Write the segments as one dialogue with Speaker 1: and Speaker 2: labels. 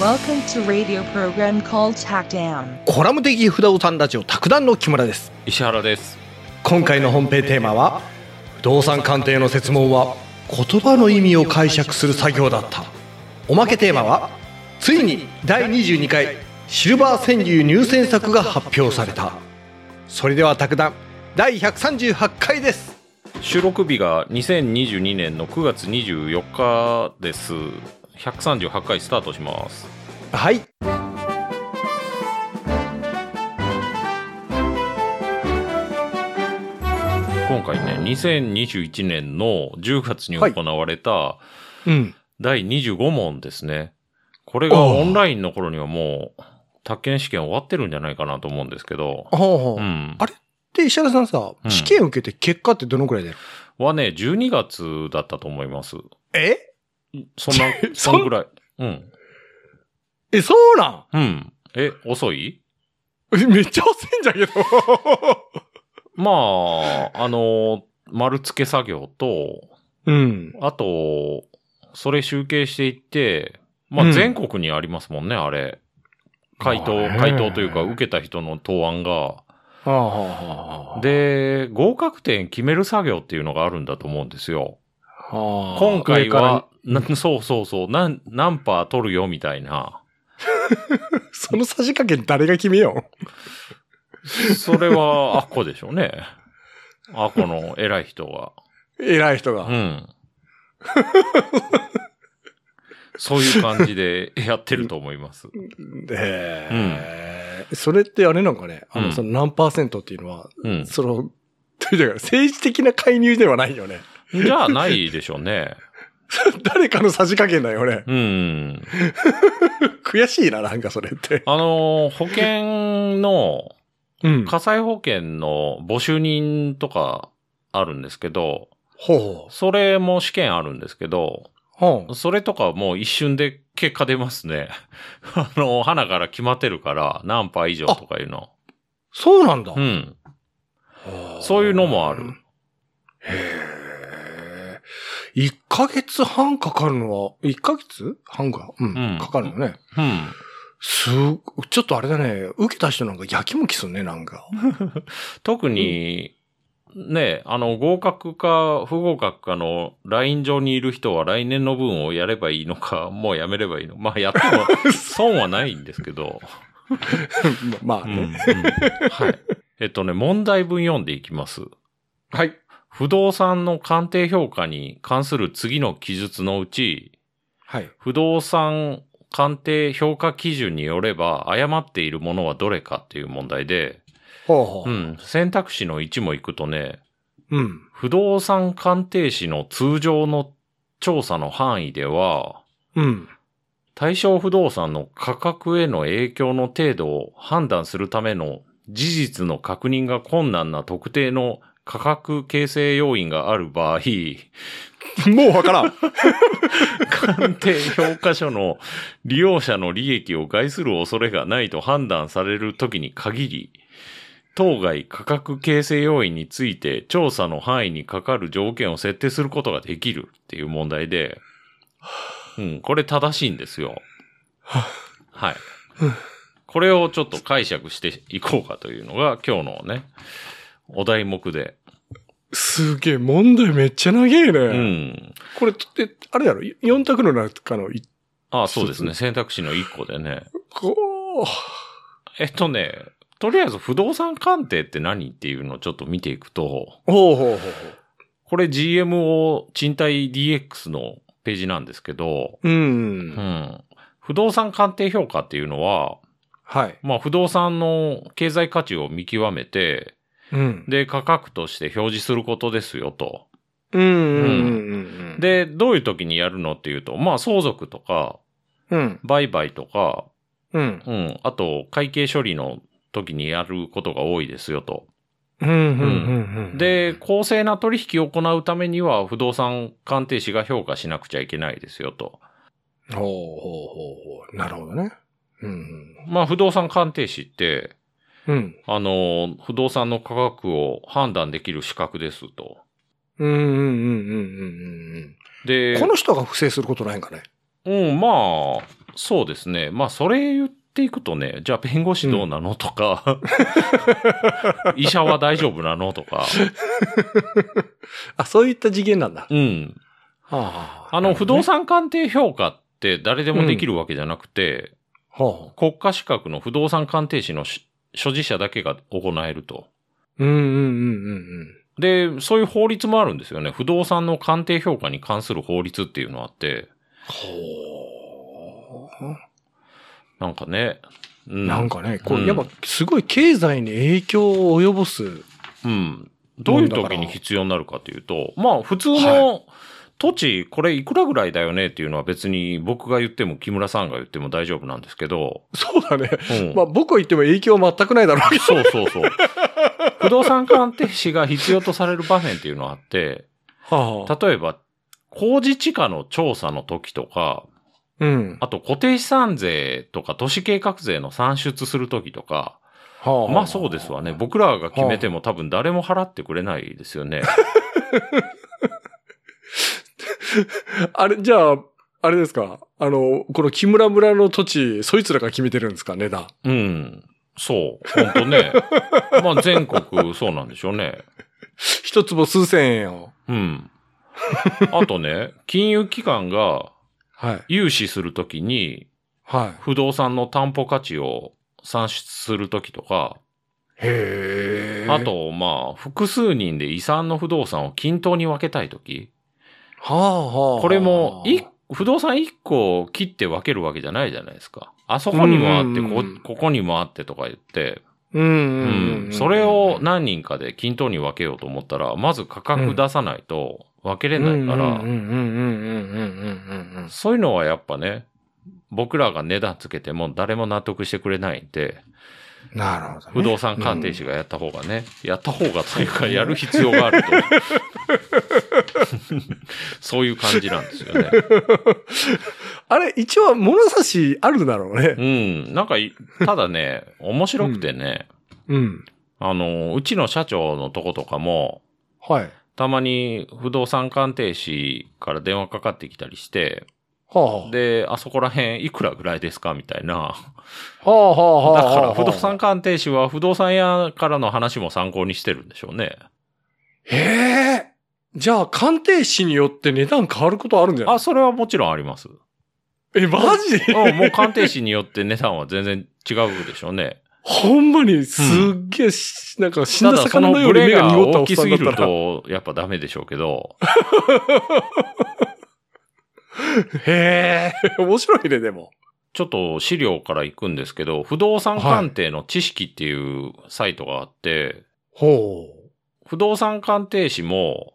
Speaker 1: Welcome to radio program called Hackdown.
Speaker 2: コラム的不動産ラジオ卓談の木村です
Speaker 3: 石原です
Speaker 2: 今回の本編テーマは不動産鑑定の説問は言葉の意味を解釈する作業だったおまけテーマはついに第22回シルバー川柳入選作が発表されたそれでは卓談第138回です
Speaker 3: 収録日が2022年の9月24日です138回スタートします
Speaker 2: はい
Speaker 3: 今回ね2021年の10月に
Speaker 2: はい
Speaker 3: 行われた
Speaker 2: うん
Speaker 3: 第25問ですねこれが
Speaker 2: おう
Speaker 3: オンラインの頃にはもう宅建試験終わってるんじゃないかなと思うんですけど
Speaker 2: ほうほう、
Speaker 3: うん
Speaker 2: あで石原さんさ、
Speaker 3: うん
Speaker 2: 試験受けて結果ってどのくらいだよ
Speaker 3: はね12月だったと思います
Speaker 2: え
Speaker 3: そんな
Speaker 2: そ
Speaker 3: そんぐらいうん
Speaker 2: えそうなん
Speaker 3: うんえ遅い
Speaker 2: えめっちゃ遅いんじゃけど
Speaker 3: まあ、あの、丸付け作業と、
Speaker 2: うん
Speaker 3: あと、それ集計していって、ま
Speaker 2: うん
Speaker 3: あ全国にありますもんね、あれ。回答、
Speaker 2: まあね
Speaker 3: 回答というか、受けた人の答案が。
Speaker 2: はあはあはあはあ
Speaker 3: で、合格点決める作業っていうのがあるんだと思うんですよ。
Speaker 2: はあ
Speaker 3: 今回
Speaker 2: 上から
Speaker 3: は、 なそうそうそう、なん何パー取るよ、みたいな。
Speaker 2: そのさじ加減誰が決めよ
Speaker 3: そ れは、アッコでしょうね。アッコの偉い人が。
Speaker 2: う。偉い人が。
Speaker 3: うん。 そういう感じでやってると思います。
Speaker 2: えーそれってあれなんかね、あの、
Speaker 3: うん
Speaker 2: その何パーセントっていうのは、
Speaker 3: うん。
Speaker 2: その、というか政治的な介入ではないよね。
Speaker 3: じゃあないでしょうね。
Speaker 2: 誰かのさじ加減だよね。
Speaker 3: うん。
Speaker 2: 悔しいな、なんかそれって。
Speaker 3: あのー、保険の、
Speaker 2: うん
Speaker 3: 火災保険の募集人とかあるんですけど、
Speaker 2: ほうほう。
Speaker 3: それも試験あるんですけど、
Speaker 2: ほう
Speaker 3: それとかもう一瞬で結果出ますね。 あの、花から決まってるから、何パー以上とかいうの。
Speaker 2: そうなんだ
Speaker 3: う。ん。そういうのもある。
Speaker 2: へえ。1ヶ月半かかるのは、1ヶ月半か、うん、
Speaker 3: うん
Speaker 2: かかるよね。
Speaker 3: うん。
Speaker 2: すごちょっとあれだね、受けた人なんかやきもきすんね、なんか。
Speaker 3: 特に、ね、あの、合格か不合格かのライン上にいる人は来年の分をやればいいのか、 もうやめればいいのか。まあ、やっても損はないんですけど。
Speaker 2: まあ
Speaker 3: うん
Speaker 2: ね。
Speaker 3: うんはい。えっとね、問題文読んでいきます。
Speaker 2: はい。
Speaker 3: 不動産の鑑定評価に関する次の記述のうち、
Speaker 2: はい。
Speaker 3: 不動産鑑定評価基準によれば誤っているものはどれかっていう問題で、
Speaker 2: ほうほ
Speaker 3: う。ん、選択肢の1もいくとね、
Speaker 2: うん。
Speaker 3: 不動産鑑定士の通常の調査の範囲では、
Speaker 2: うん。
Speaker 3: 対象不動産の価格への影響の程度を判断するための事実の確認が困難な特定の価格形成要因がある場合、
Speaker 2: もうわからん。
Speaker 3: 鑑定評価書の利用者の利益を害する恐れがないと判断されるときに限り、当該価格形成要因について調査の範囲にかかる条件を設定することができるっていう問題で、うん、これ正しいんですよ。はい。これをちょっと解釈していこうかというのが今日のね、お題目で。
Speaker 2: すげえ、問題めっちゃ長えね。
Speaker 3: うん。
Speaker 2: これ、って、あれやろ ?4 択の中の一
Speaker 3: あそうですね。選択肢の1個でね。
Speaker 2: 個。
Speaker 3: えっとね、とりあえず不動産鑑定って何っていうのをちょっと見ていくと、
Speaker 2: ほうほうほうほ
Speaker 3: これ GMO 賃貸 DX のページなんですけど、
Speaker 2: う。う。
Speaker 3: うんん。不動産鑑定評価っていうのは、
Speaker 2: はい。
Speaker 3: まあ不動産の経済価値を見極めて、
Speaker 2: うん。
Speaker 3: で、価格として表示することですよと。
Speaker 2: うんうんうんうん。、
Speaker 3: で、どういう時にやるのっていうと、まあ相続とか、
Speaker 2: うん。
Speaker 3: 売買とか、
Speaker 2: うん。
Speaker 3: うん、あと会計処理の時にやることが多いですよと。
Speaker 2: うんうんうんうん。
Speaker 3: で、、公正な取引を行うためには、不動産鑑定士が評価しなくちゃいけないですよと。
Speaker 2: ほうほうほうほう。なるほどね。うん
Speaker 3: まあ、不動産鑑定士って、
Speaker 2: うん。うん。
Speaker 3: あの、不動産の価格を判断できる資格ですと。
Speaker 2: うんうんうんうんうんうんうん。
Speaker 3: で
Speaker 2: こ、の人が不正することないんかね。
Speaker 3: うん、まあ、そうですね。まあ、それ言っていくとね、じゃあ弁護士どうなのとか、医者は大丈夫なのとか、
Speaker 2: あ、そういった次元なんだ。
Speaker 3: うん。
Speaker 2: は
Speaker 3: あの、不動
Speaker 2: 産、
Speaker 3: 産鑑定評価って誰でもできるわけじゃなくて、
Speaker 2: はあ、
Speaker 3: 国家資格の不動産鑑定士のし所持者だけが行えると。
Speaker 2: うんうんうんうんうん。
Speaker 3: で、そういう法律もあるんですよね。不動産の鑑定評価に関する法律っていうのあって、
Speaker 2: ほ
Speaker 3: なんかね、う
Speaker 2: う。
Speaker 3: ん。
Speaker 2: なんかね、こ
Speaker 3: うん
Speaker 2: れやっぱすごい経済に影響を及ぼす。
Speaker 3: うん。どういう時に必要になるかというと、まあ普通の土地、これいくらぐらいだよねっていうのは別に僕が言っても木村さんが言っても大丈夫なんですけど、
Speaker 2: そうだね。
Speaker 3: うん
Speaker 2: まあ僕言っても影響全くないだろうけど。
Speaker 3: そうそうそう。 不動産鑑定士が必要とされる場面っていうのはあって、
Speaker 2: はあ、
Speaker 3: 例えば、工事地価の調査の時とか、
Speaker 2: うん。
Speaker 3: あと固定資産税とか都市計画税の算出する時とか、
Speaker 2: は
Speaker 3: まあそうですわね。。僕らが決めても多分誰も払ってくれないですよね。
Speaker 2: あれ、じゃあ、あれですか。あの、この木村村の土地、そいつらが決めてるんですか、値段。
Speaker 3: うん。そう。本当ね。まあ全国そうなんでしょうね。
Speaker 2: 一坪数千円を。
Speaker 3: うん。あとね、金融機関が
Speaker 2: はい。
Speaker 3: 融資するときに、
Speaker 2: はい。
Speaker 3: 不動産の担保価値を算出するときとか、
Speaker 2: へー
Speaker 3: あ、と、まあ、複数人で遺産の不動産を均等に分けたいとき、
Speaker 2: はあはあ。
Speaker 3: これも、い、不動産1個を切って分けるわけじゃないじゃないですか。あそこにもあって、
Speaker 2: うんうん
Speaker 3: こ
Speaker 2: うん、
Speaker 3: ここにもあってとか言って、
Speaker 2: うん
Speaker 3: う
Speaker 2: うんうん
Speaker 3: ん、それを何人かで均等に分けようと思ったら、まず価格出さないと分けれないか
Speaker 2: うんう
Speaker 3: ら、
Speaker 2: んうんうんうんうんうんうん
Speaker 3: そういうのはやっぱね、僕らが値段つけても誰も納得してくれないんで、
Speaker 2: うん。なるほど、ね。
Speaker 3: 不動産鑑定士がやった方がね、やった方がというか、やる必要があると。 そういう感じなんですよね。
Speaker 2: あれ、一応物差しあるだろうね
Speaker 3: う。ん。なんかい、ただね、面白くてね、
Speaker 2: うん。
Speaker 3: あの、うちの社長のとことかも、
Speaker 2: はい。は
Speaker 3: たまに不動産鑑定士から電話かかってきたりして、
Speaker 2: あ、はあ。
Speaker 3: で、あそこら辺いくらぐらいですかみたいな。
Speaker 2: はあは
Speaker 3: だ
Speaker 2: あはあは
Speaker 3: か
Speaker 2: あは
Speaker 3: ら
Speaker 2: あ
Speaker 3: 不動産鑑定士は不動産屋からの話も参考にしてるんでしょうね。
Speaker 2: へえ。じゃあ、鑑定士によって値段変わることあるんじゃない
Speaker 3: あ、それはもちろんあります。
Speaker 2: え、マジで
Speaker 3: うん、もう鑑定士によって値段は全然違うでしょうね。
Speaker 2: ほんまに、すっげえし、なんか死ん
Speaker 3: た
Speaker 2: だ
Speaker 3: だそ
Speaker 2: 魚
Speaker 3: の
Speaker 2: のよ
Speaker 3: ブ
Speaker 2: うに
Speaker 3: レ
Speaker 2: 目が
Speaker 3: が
Speaker 2: 濁ったお
Speaker 3: 大
Speaker 2: っ
Speaker 3: き
Speaker 2: さ
Speaker 3: す
Speaker 2: んだ
Speaker 3: ぎ
Speaker 2: ったら。
Speaker 3: ると、やっぱダメでしょうけど。
Speaker 2: へえ、面白いね、でも。
Speaker 3: ちょっと資料から行くんですけど、不動産鑑定の知識っていうサイトがあって、
Speaker 2: ほう。
Speaker 3: 不動産鑑定士も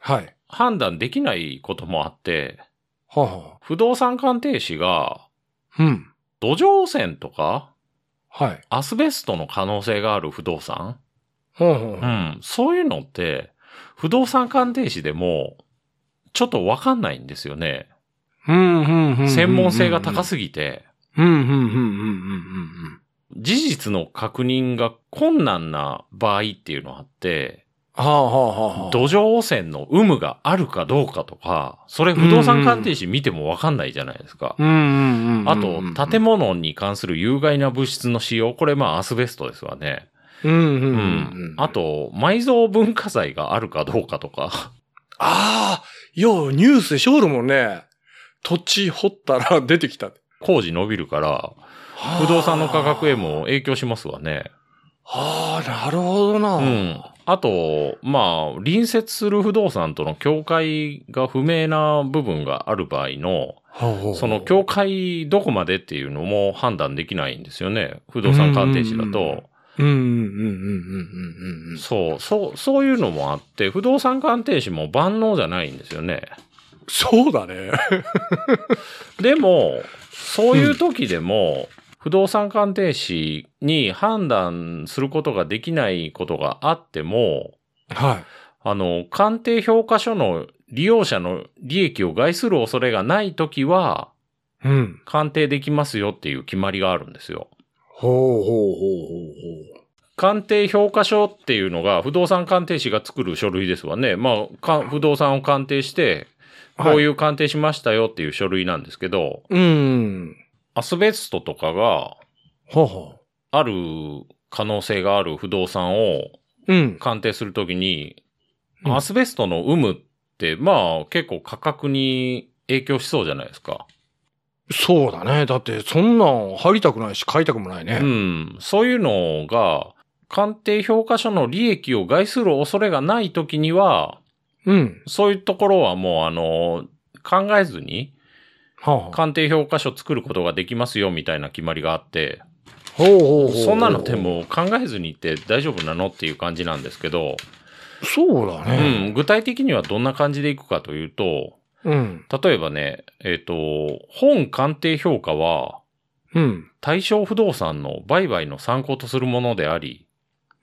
Speaker 2: はい。
Speaker 3: 判断できないこともあって、
Speaker 2: はあは
Speaker 3: 不動産鑑定士が
Speaker 2: あ。うん。
Speaker 3: 土壌汚染とか
Speaker 2: はい。
Speaker 3: アスベストの可能性がある不動産
Speaker 2: ほうほう
Speaker 3: う。ん。そういうのって、不動産鑑定士でも、ちょっとわかんないんですよね。
Speaker 2: うん、うん、うん。
Speaker 3: 専門性が高
Speaker 2: ぎ
Speaker 3: すぎて、
Speaker 2: うん、うん、うん、うん、うん。
Speaker 3: 事実の確認が困難な場合っていうのがあって、
Speaker 2: はあ、はあ、はあはあ。
Speaker 3: 土壌汚染の有無があるかどうかとか、それ不動産鑑定士見てもわかんないじゃないですか。
Speaker 2: うん、うん、うんうん。
Speaker 3: あと、建物に関する有害な物質の使用、これまあアスベストですわね。
Speaker 2: うん、うん、う
Speaker 3: うんん。。
Speaker 2: あ
Speaker 3: あと、埋蔵文化財があるかどうかとか。
Speaker 2: あー、よう、ニュースでしょるもんね。土地掘ったら出てきた。
Speaker 3: 工事伸びるから、不動産の価格へも影響しますわね。
Speaker 2: はあ、なるほどな。
Speaker 3: うん。あと、まあ、隣接する不動産との境界が不明な部分がある場合の、
Speaker 2: ほう。
Speaker 3: その境界どこまでっていうのも判断できないんですよね。不動産鑑定士だと。
Speaker 2: うん、うん、うん、うん、うん、うん。
Speaker 3: そう、そう、そういうのもあって、不動産鑑定士も万能じゃないんですよね。
Speaker 2: そうだね。
Speaker 3: でも、そういう時でも、不動産鑑定士に判断することができないことがあっても、
Speaker 2: はい。
Speaker 3: あの、鑑定評価書の利用者の利益を害する恐れがないときは、
Speaker 2: うん。
Speaker 3: 鑑定できますよっていう決まりがあるんですよ。
Speaker 2: ほうほう
Speaker 3: 鑑定評価書っていうのが不動産鑑定士が作る書類ですわね。まあ、か不動産を鑑定して、
Speaker 2: ほうほう。。
Speaker 3: こういうう鑑定しましたよっていう書類なんですけど、
Speaker 2: うん。
Speaker 3: アスベストとかが
Speaker 2: ほうほ
Speaker 3: ある可能性がある不動産を
Speaker 2: う。うん。
Speaker 3: 鑑定するときに、
Speaker 2: うん
Speaker 3: アスベストの有無って、まあ結構価格に影響しそうじゃないですか。
Speaker 2: そうだね。だって、そんなん入りたくないし、買いたくもないね。
Speaker 3: うん。そういうのが、鑑定評価書の利益を害する恐れがないときには、
Speaker 2: うん。
Speaker 3: そういうところはもうあの、考えずに
Speaker 2: はあはあ、
Speaker 3: 鑑定評価書作ることができますよみたいな決まりがあって、
Speaker 2: ほうほうほうほう
Speaker 3: そんなので。も考えずにって大丈夫なのっていう感じなんですけど、
Speaker 2: そうだ
Speaker 3: う
Speaker 2: ね。
Speaker 3: ん、具体的にはどんな感じでいくかというと、
Speaker 2: うん。
Speaker 3: 例えばね、えっ、と、本鑑定評価は
Speaker 2: うん。
Speaker 3: 対象不動産の売買の参考とするものであり、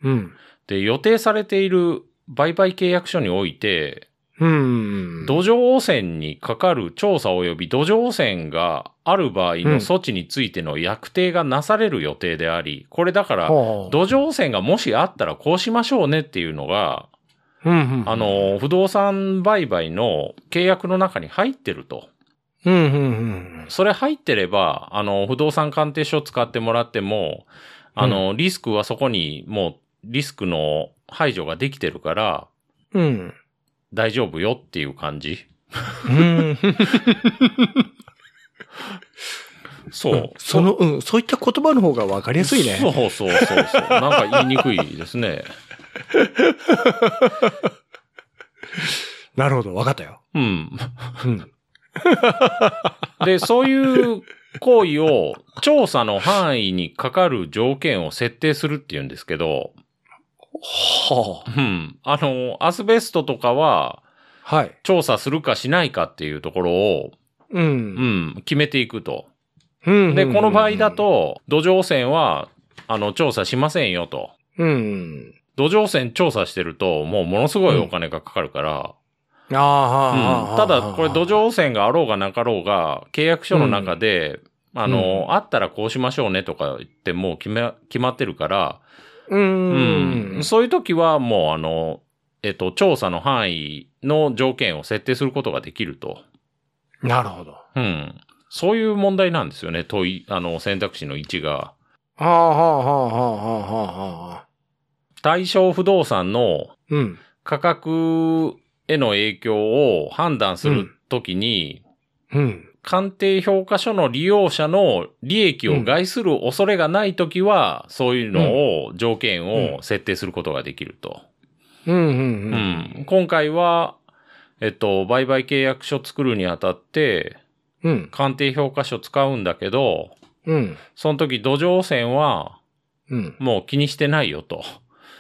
Speaker 2: うん。
Speaker 3: で、予定されている売買契約書において、
Speaker 2: うん。
Speaker 3: 土壌汚染にかかる調査及び土壌汚染がある場合
Speaker 2: うん
Speaker 3: の措置についての約定がなされる予定であり、これだから、
Speaker 2: はあ
Speaker 3: 土壌汚染がもしあったらこうしましょうねっていうのが、
Speaker 2: うんうん
Speaker 3: あ、の、不動産売買の契約の中に入ってると。
Speaker 2: うんうんうん。
Speaker 3: それ入ってれば、あの、不動産鑑定書使ってもらっても、あの、リスクはそこにもう、リスクの排除ができてるから、
Speaker 2: うん。
Speaker 3: 大丈夫よっていう感じ。
Speaker 2: うん。
Speaker 3: そう。
Speaker 2: その、うん、そういった言葉の方がわかりやすいね。
Speaker 3: そうそうそうそう。なんか言いにくいですね。
Speaker 2: なるほど、わかったよ。
Speaker 3: うん。
Speaker 2: うん。
Speaker 3: で、そういう行為を調査の範囲にかかる条件を設定するっていうんですけど、
Speaker 2: は
Speaker 3: うん。あの、アスベストとかは
Speaker 2: あ。はい。
Speaker 3: 調査するかしないかっていうところを、
Speaker 2: う。
Speaker 3: うんん、決めていくと。
Speaker 2: うん
Speaker 3: で、この場合だ、と、土壌汚染は、あの、調査しませんよと。
Speaker 2: うん。
Speaker 3: 土壌汚染調査してると、もうものすごいお金がかかるから、
Speaker 2: ああ、
Speaker 3: うんただ、これ土壌汚染があろうがなかろうが、契約書の中で、あの、あったらこうしましょうねとか言ってもう決め、決まってるから、
Speaker 2: う。
Speaker 3: うんん、そういう時はもうあの、えっと、調査の範囲の条件を設定することができると。
Speaker 2: なるほど。
Speaker 3: うん。そういう問題なんですよね、問い、あの、選択肢の1が。
Speaker 2: はあはあはあはあはあはあ。
Speaker 3: 対象不動産の
Speaker 2: うん。
Speaker 3: 価格への影響を判断するときに、
Speaker 2: うん。
Speaker 3: 鑑定評価書の利用者の利益を害する恐れがないときは、そういうのを、条件を設定することができると。
Speaker 2: うん。うん。う。
Speaker 3: うんん。今回は、えっと、売買契約書作るにあたって、
Speaker 2: うん。
Speaker 3: 鑑定評価書使うんだけど、
Speaker 2: うん。
Speaker 3: その時土壌汚染は
Speaker 2: うん。
Speaker 3: もう気にしてないよと。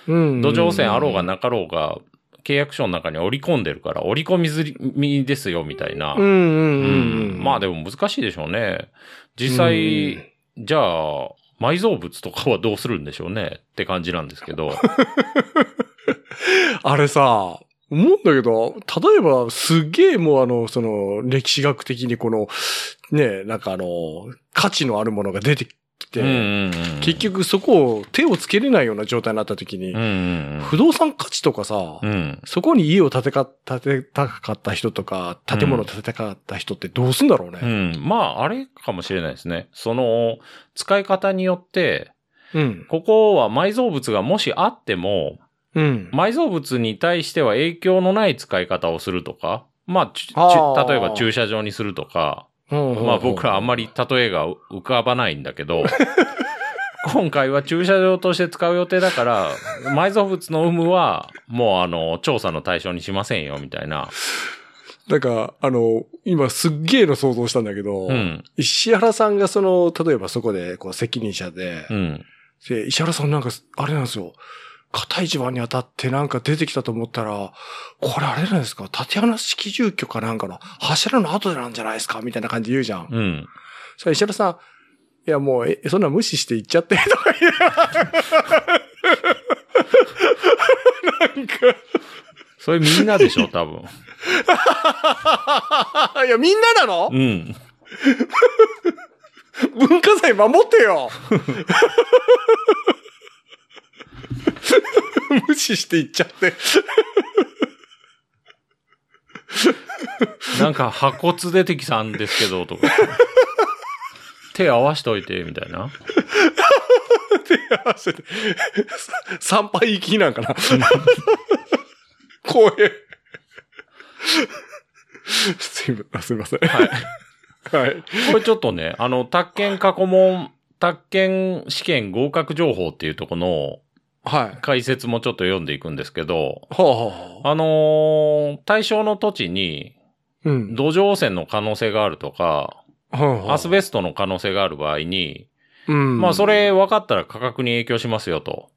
Speaker 2: うん。
Speaker 3: 土壌汚染あろうが。なかろうが、契約書の中に織り込んでるから、織り込み済みですよ、みたいな。
Speaker 2: うん。うん。
Speaker 3: うんまあで
Speaker 2: も、
Speaker 3: も難しいでしょうね。実際、じゃあ、埋蔵物とかはどうするんでしょうねって感じなんですけど。
Speaker 2: あれさ、思うんだけど、例えばすげえもうあの、その、歴史学的にこの、ねえ、なんかあの、価値のあるものが出てきて、
Speaker 3: うんうんうん
Speaker 2: 結、局そこを手をつけれないような状態になった時に、
Speaker 3: うんうん
Speaker 2: 不動産価値とかさ、
Speaker 3: うん、うん。
Speaker 2: そこに家を建てか、建てたかった人とか、建物を建てたかった人ってどうすんだろう
Speaker 3: う
Speaker 2: ね。
Speaker 3: ん。まあ、あれかもしれないですね。その、使い方によって、
Speaker 2: うん。
Speaker 3: ここは埋蔵物がもしあっても、
Speaker 2: うん。
Speaker 3: 埋蔵物に対しては影響のない使い方をするとか、まあ、ちゅちゅ
Speaker 2: あー
Speaker 3: 例えば駐車場にするとか、
Speaker 2: ま
Speaker 3: まあ僕らあんまり。例えが浮かばないんだけ ど、今回は駐車場として使う予定だから、埋蔵物の有無はもうあの、調査の対象にしませんよ、みたいな。
Speaker 2: なんか、あの、今すっげえの想像したんだけど、
Speaker 3: うん、
Speaker 2: 石原さんがその、例えばそこで、こう、責任者で、
Speaker 3: うん、
Speaker 2: で、石原さんなんか、あれなんですよ。硬い地盤に当たってなんか出てきたと思ったら、これあれなんですか縦穴式住居かなんかの柱の後なんじゃないですかみたいな感じで言うじゃん。
Speaker 3: うん。
Speaker 2: それ石原さん、いやもう、え、そんな無視して行っちゃって、 とか言う。なん
Speaker 3: それみんなで しょ、多分。
Speaker 2: か、いやみんななの
Speaker 3: うん。
Speaker 2: 文化財守って よ 無視して行っちゃって。
Speaker 3: なんか、破骨出てきたんですけど、とか。手合わしといて、みたいな。
Speaker 2: 参拝行きなんかな怖え。すいません。すいません。
Speaker 3: はい。
Speaker 2: はい。
Speaker 3: これちょっとね、あの、宅建過去問、宅建試験合格情報っていうとこの
Speaker 2: はい。
Speaker 3: 解説もちょっと読んでいくんですけど、
Speaker 2: ほうほうほ
Speaker 3: あのー対象の土地に
Speaker 2: う。うん。
Speaker 3: 土壌汚染の可能性があるとか、
Speaker 2: ほうほう
Speaker 3: アスベストの可能性がある場合に、
Speaker 2: うん。
Speaker 3: まあそ。れ分かったら価格に影響しますよと。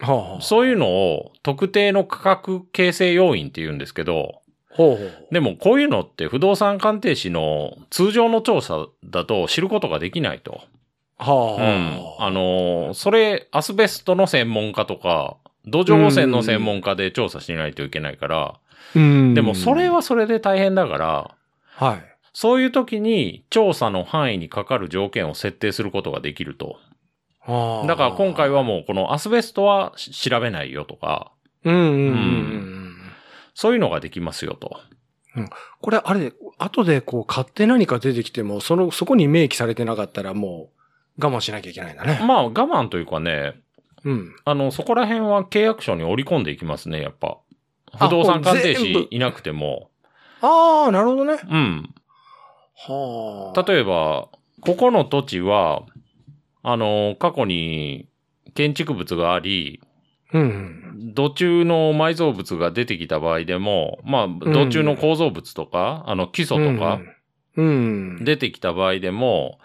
Speaker 2: ほうほう。
Speaker 3: そういうのを特定の価格形成要因って言うんですけど、
Speaker 2: ほうほう。
Speaker 3: でもこういうのって不動産鑑定士の通常の調査だと知ることができないと。
Speaker 2: は
Speaker 3: う
Speaker 2: あ。
Speaker 3: ん。あのー、それ、アスベストの専門家とか、土壌汚染の専門家で調査しないといけないから、
Speaker 2: うん。
Speaker 3: でもそれ、はそれで大変だから、
Speaker 2: はい。
Speaker 3: そういう時に調査の範囲にかかる条件を設定することができると。
Speaker 2: はあ
Speaker 3: だから今回、はもうこのアスベストはし調べないよとか、
Speaker 2: うんうんうんう。
Speaker 3: うんそういうのができますよと。
Speaker 2: これ、あれ、後でこう、買って何か出てきても、その、そこに明記されてなかったら、もう、我慢しなきゃいけないんだね。
Speaker 3: まあ我慢というかね、
Speaker 2: うん。
Speaker 3: あの、そこら辺は契約書に織り込んでいきますね、やっぱ。
Speaker 2: あ
Speaker 3: 不動産鑑定
Speaker 2: もう全部
Speaker 3: 士いなくても。
Speaker 2: ああ、なるほどね。
Speaker 3: うん。
Speaker 2: はあ。
Speaker 3: 例えば、ここの土地は、あの、過去に建築物があり、
Speaker 2: うんうん。
Speaker 3: 土中の埋蔵物が出てきた場合でも、まあ、土中の構造物とか、あの、基礎とか、
Speaker 2: うんうん。うん、
Speaker 3: 出てきた場合でも、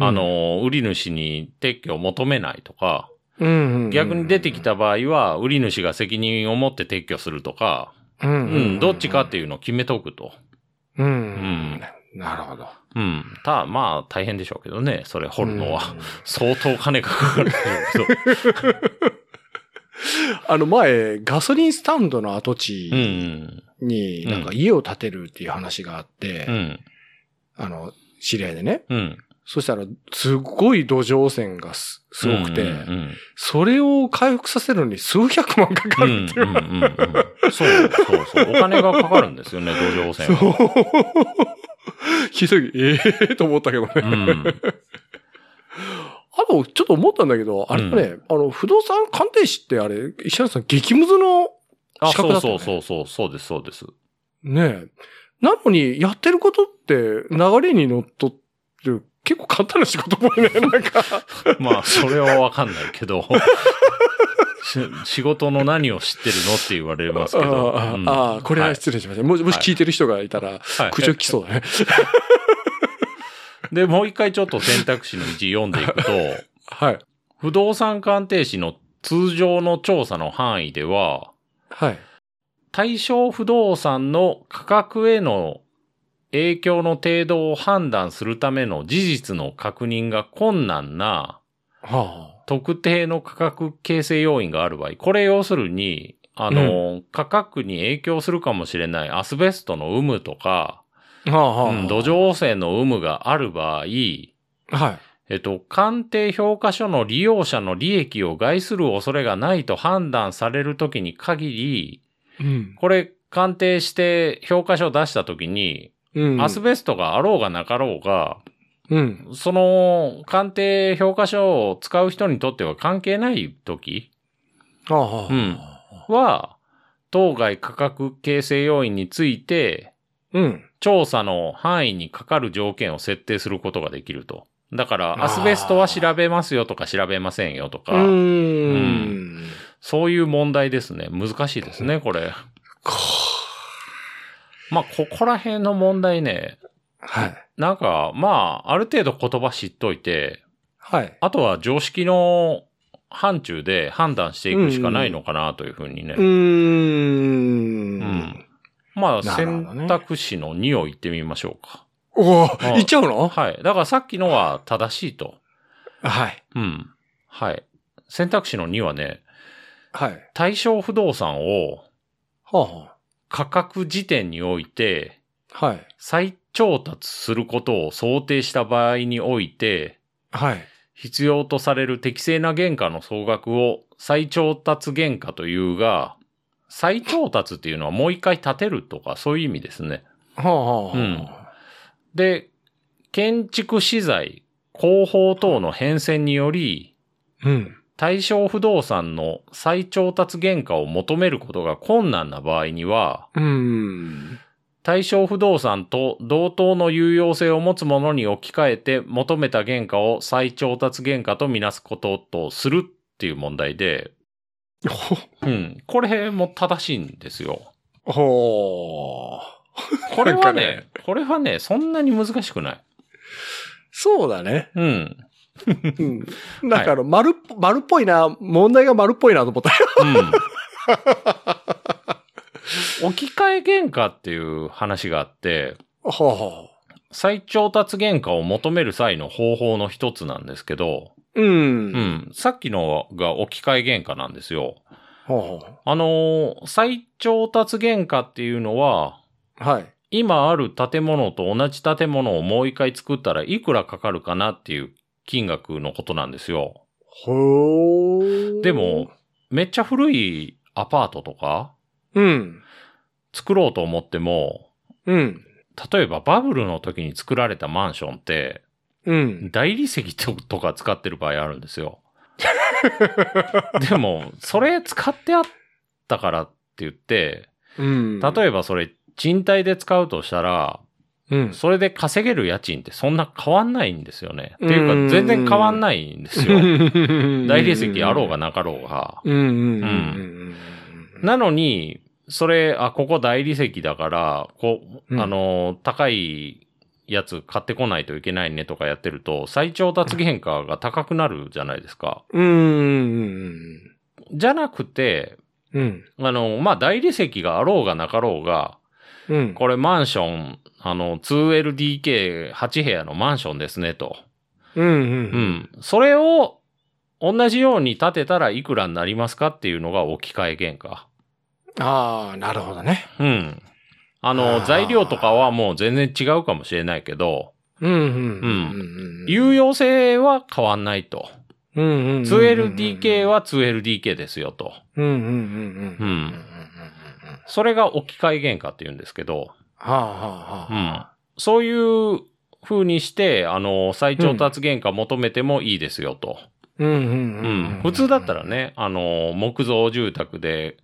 Speaker 3: あ
Speaker 2: うん、
Speaker 3: の、売り主に撤去を求めないとか、
Speaker 2: うんうんうん
Speaker 3: 逆に出てき、た場合は、売り主が責任を持って撤去するとか、
Speaker 2: うんうんう
Speaker 3: うんん、どっちかっていうのを決めとくと。
Speaker 2: うん。
Speaker 3: ん
Speaker 2: なるほど。
Speaker 3: うん。ただ、まあ、大変でしょうけどね、それ掘るのは。
Speaker 2: うん。
Speaker 3: 相当金かかるでし ょうけど。
Speaker 2: あの、前、ガソリンスタンドの跡
Speaker 3: うん
Speaker 2: 地に、
Speaker 3: うん
Speaker 2: なんか家を建てるっていう話があって、
Speaker 3: うん。うん。
Speaker 2: あの、知り合いでね。
Speaker 3: うん。
Speaker 2: そしたら、すっごい土壌汚染がすすごくて、
Speaker 3: うんうん
Speaker 2: それを回復させるのに数百万か
Speaker 3: う
Speaker 2: か
Speaker 3: ん。うん
Speaker 2: るっていう。
Speaker 3: うんうんうんそうそうそう。お金がかかるんですよね、土壌汚染は。
Speaker 2: そう。ひどい。ええ と思ったけどね。
Speaker 3: うん。
Speaker 2: あと、ちょっと思ったんだけど、あれだね、あの、不動産鑑定士ってあれ、石原さん、激ムズの、
Speaker 3: あ、
Speaker 2: 資格
Speaker 3: そ
Speaker 2: だ
Speaker 3: う
Speaker 2: った
Speaker 3: そ
Speaker 2: ね
Speaker 3: うそうそう、そうです、そうです。
Speaker 2: ねえ。なのに、やってることって、流れに乗っとってる、結構簡単な仕事っぽい ね、なんか。
Speaker 3: まあ、それはわかんないけど。 し仕事の何を知ってるのって言われますけど。
Speaker 2: ああ
Speaker 3: うん
Speaker 2: ああ、これ
Speaker 3: は
Speaker 2: はい失礼しました。もし、もし聞いてる人がいたら、
Speaker 3: はい
Speaker 2: 苦情来そう だね。
Speaker 3: で、もう一回ちょっと選択肢の1読んでいくと、
Speaker 2: はい。
Speaker 3: 不動産鑑定士の通常の調査の範囲では、
Speaker 2: はい。
Speaker 3: 対象不動産の価格への影響の程度を判断するための事実の確認が困難な
Speaker 2: は
Speaker 3: 特定の価格形成要因がある場合、これ要するに、あの、価格に影響するかもしれないアスベストの有無とか、
Speaker 2: あ。はあ、はあ。
Speaker 3: うん土壌汚染の有無がある場合、
Speaker 2: はい。
Speaker 3: えっと、鑑定評価書の利用者の利益を害する恐れがないと判断されるときに限り、
Speaker 2: うん。
Speaker 3: これ鑑定して評価書を出したときに、
Speaker 2: うん。
Speaker 3: アスベストがあろうがなかろうが、
Speaker 2: うん。
Speaker 3: その鑑定評価書を使う人にとっては関係ないとき
Speaker 2: はあ、は
Speaker 3: うん
Speaker 2: あ。
Speaker 3: は、当該価格形成要因について、
Speaker 2: うん。
Speaker 3: 調査の範囲にかかる条件を設定することができると。だか
Speaker 2: あ
Speaker 3: ら、
Speaker 2: ー
Speaker 3: アスベストは調べますよとか調べませんよと
Speaker 2: う
Speaker 3: か、
Speaker 2: ん。
Speaker 3: そういう問題ですね。難しいですね、これ。
Speaker 2: こ
Speaker 3: まあ、ここら辺の問題ね、
Speaker 2: うはい。
Speaker 3: なんか、まあ、ある程度言葉知っといて、
Speaker 2: はい。
Speaker 3: あとは常識の範疇で判断していくしかないのかなというふうにね。
Speaker 2: うーん。
Speaker 3: まあ、
Speaker 2: なるほどね
Speaker 3: 選択肢の2を言ってみましょうか。
Speaker 2: おお、
Speaker 3: ん
Speaker 2: 行っちゃうの
Speaker 3: はい。だからさっきのは正しいと。
Speaker 2: はい。
Speaker 3: うん。はい。選択肢の2はね、
Speaker 2: はい。は
Speaker 3: 対象不動産を
Speaker 2: あ、は
Speaker 3: 価格時点において
Speaker 2: あ。はい。
Speaker 3: 再調達することを想定した場合において、
Speaker 2: はい。
Speaker 3: 必要とされる適正な原価の総額を再調達原価というが、再調達っていうのはもう一回建てるとかそういう意味ですね。
Speaker 2: はあ、はあ。
Speaker 3: うんで、建築資材、広報等の変遷により、
Speaker 2: うん。
Speaker 3: 対象不動産の再調達原価を求めることが困難な場合には、
Speaker 2: うん。
Speaker 3: 対象不動産と同等の有用性を持つものに置き換えて求めた原価を再調達原価とみなすこととするっていう問題で、
Speaker 2: ほ、
Speaker 3: うん。これも正しいんですよ。
Speaker 2: ほー。
Speaker 3: これは
Speaker 2: なん
Speaker 3: ね、これはね、そんなに難しくない。
Speaker 2: そうだね。
Speaker 3: うん。
Speaker 2: うん。なんかあの、丸っぽ、丸っぽいな、問題が丸っぽいなと思ったよ。
Speaker 3: うん。置き換え原価っていう話があって、
Speaker 2: ほうほ
Speaker 3: 再調達原価を求める際の方法の一つなんですけど、
Speaker 2: う。うん。
Speaker 3: うん。さっきのが置き換え原価なんですよ。
Speaker 2: ほうほ
Speaker 3: あのー再調達原価っていうのは、
Speaker 2: う。はい。
Speaker 3: 今ある建物と同じ建物をもう一回作ったらいくらかかるかなっていう金額のことなんですよ。
Speaker 2: ほー。
Speaker 3: でも、、めっちゃ古いアパートとか
Speaker 2: うん。
Speaker 3: 作ろうと思っても、
Speaker 2: うん。
Speaker 3: 例えばバブルの時に作られたマンションって、
Speaker 2: うん。
Speaker 3: 大理石ととか使ってる場合あるんで すよ。でも、それ使ってあったからって言って、
Speaker 2: うん。
Speaker 3: 例えばそれ賃貸で使うとしたら、
Speaker 2: うん。
Speaker 3: それで稼げる家賃ってそんな変わんないんですよね。って
Speaker 2: うん
Speaker 3: いうか、全然変わんないんで すよ。大理石あろうがなかろうが。
Speaker 2: うん。うん。うん。うん。
Speaker 3: なのに、それ、あ、ここ大理石だから、こ
Speaker 2: うん
Speaker 3: あの、高いやつ買ってこないといけないねとかやってると、最調達原価が高くなるじゃないですか。
Speaker 2: うん。うん。
Speaker 3: じゃなくて、
Speaker 2: うん。
Speaker 3: あの、まあ、大理石があろうがなかろうが、
Speaker 2: うん。
Speaker 3: これマンション、あの、2LDK8 部屋のマンションですね、と。
Speaker 2: うん。
Speaker 3: う。ん。それを、同じように建てたらいくらになりますかっていうのが置き換え原価。
Speaker 2: ああ、なるほどね。
Speaker 3: うん。あ
Speaker 2: あ
Speaker 3: の、
Speaker 2: ー
Speaker 3: 材料とかはもう全然違うかもしれないけど、
Speaker 2: うん。うん。
Speaker 3: 有用性は変わんないと。
Speaker 2: うん。うん。
Speaker 3: 2LDK。は 2LDK ですよと。
Speaker 2: うん。うん。うん。
Speaker 3: う
Speaker 2: うん。
Speaker 3: ん。それが置き換え原価って言うんですけど、
Speaker 2: はあはあ
Speaker 3: う
Speaker 2: は
Speaker 3: ん。そういう風にして、あの、再調達原価求めてもいいですよと。
Speaker 2: うん
Speaker 3: うん。普通だったら。ね、あの、木造住宅で、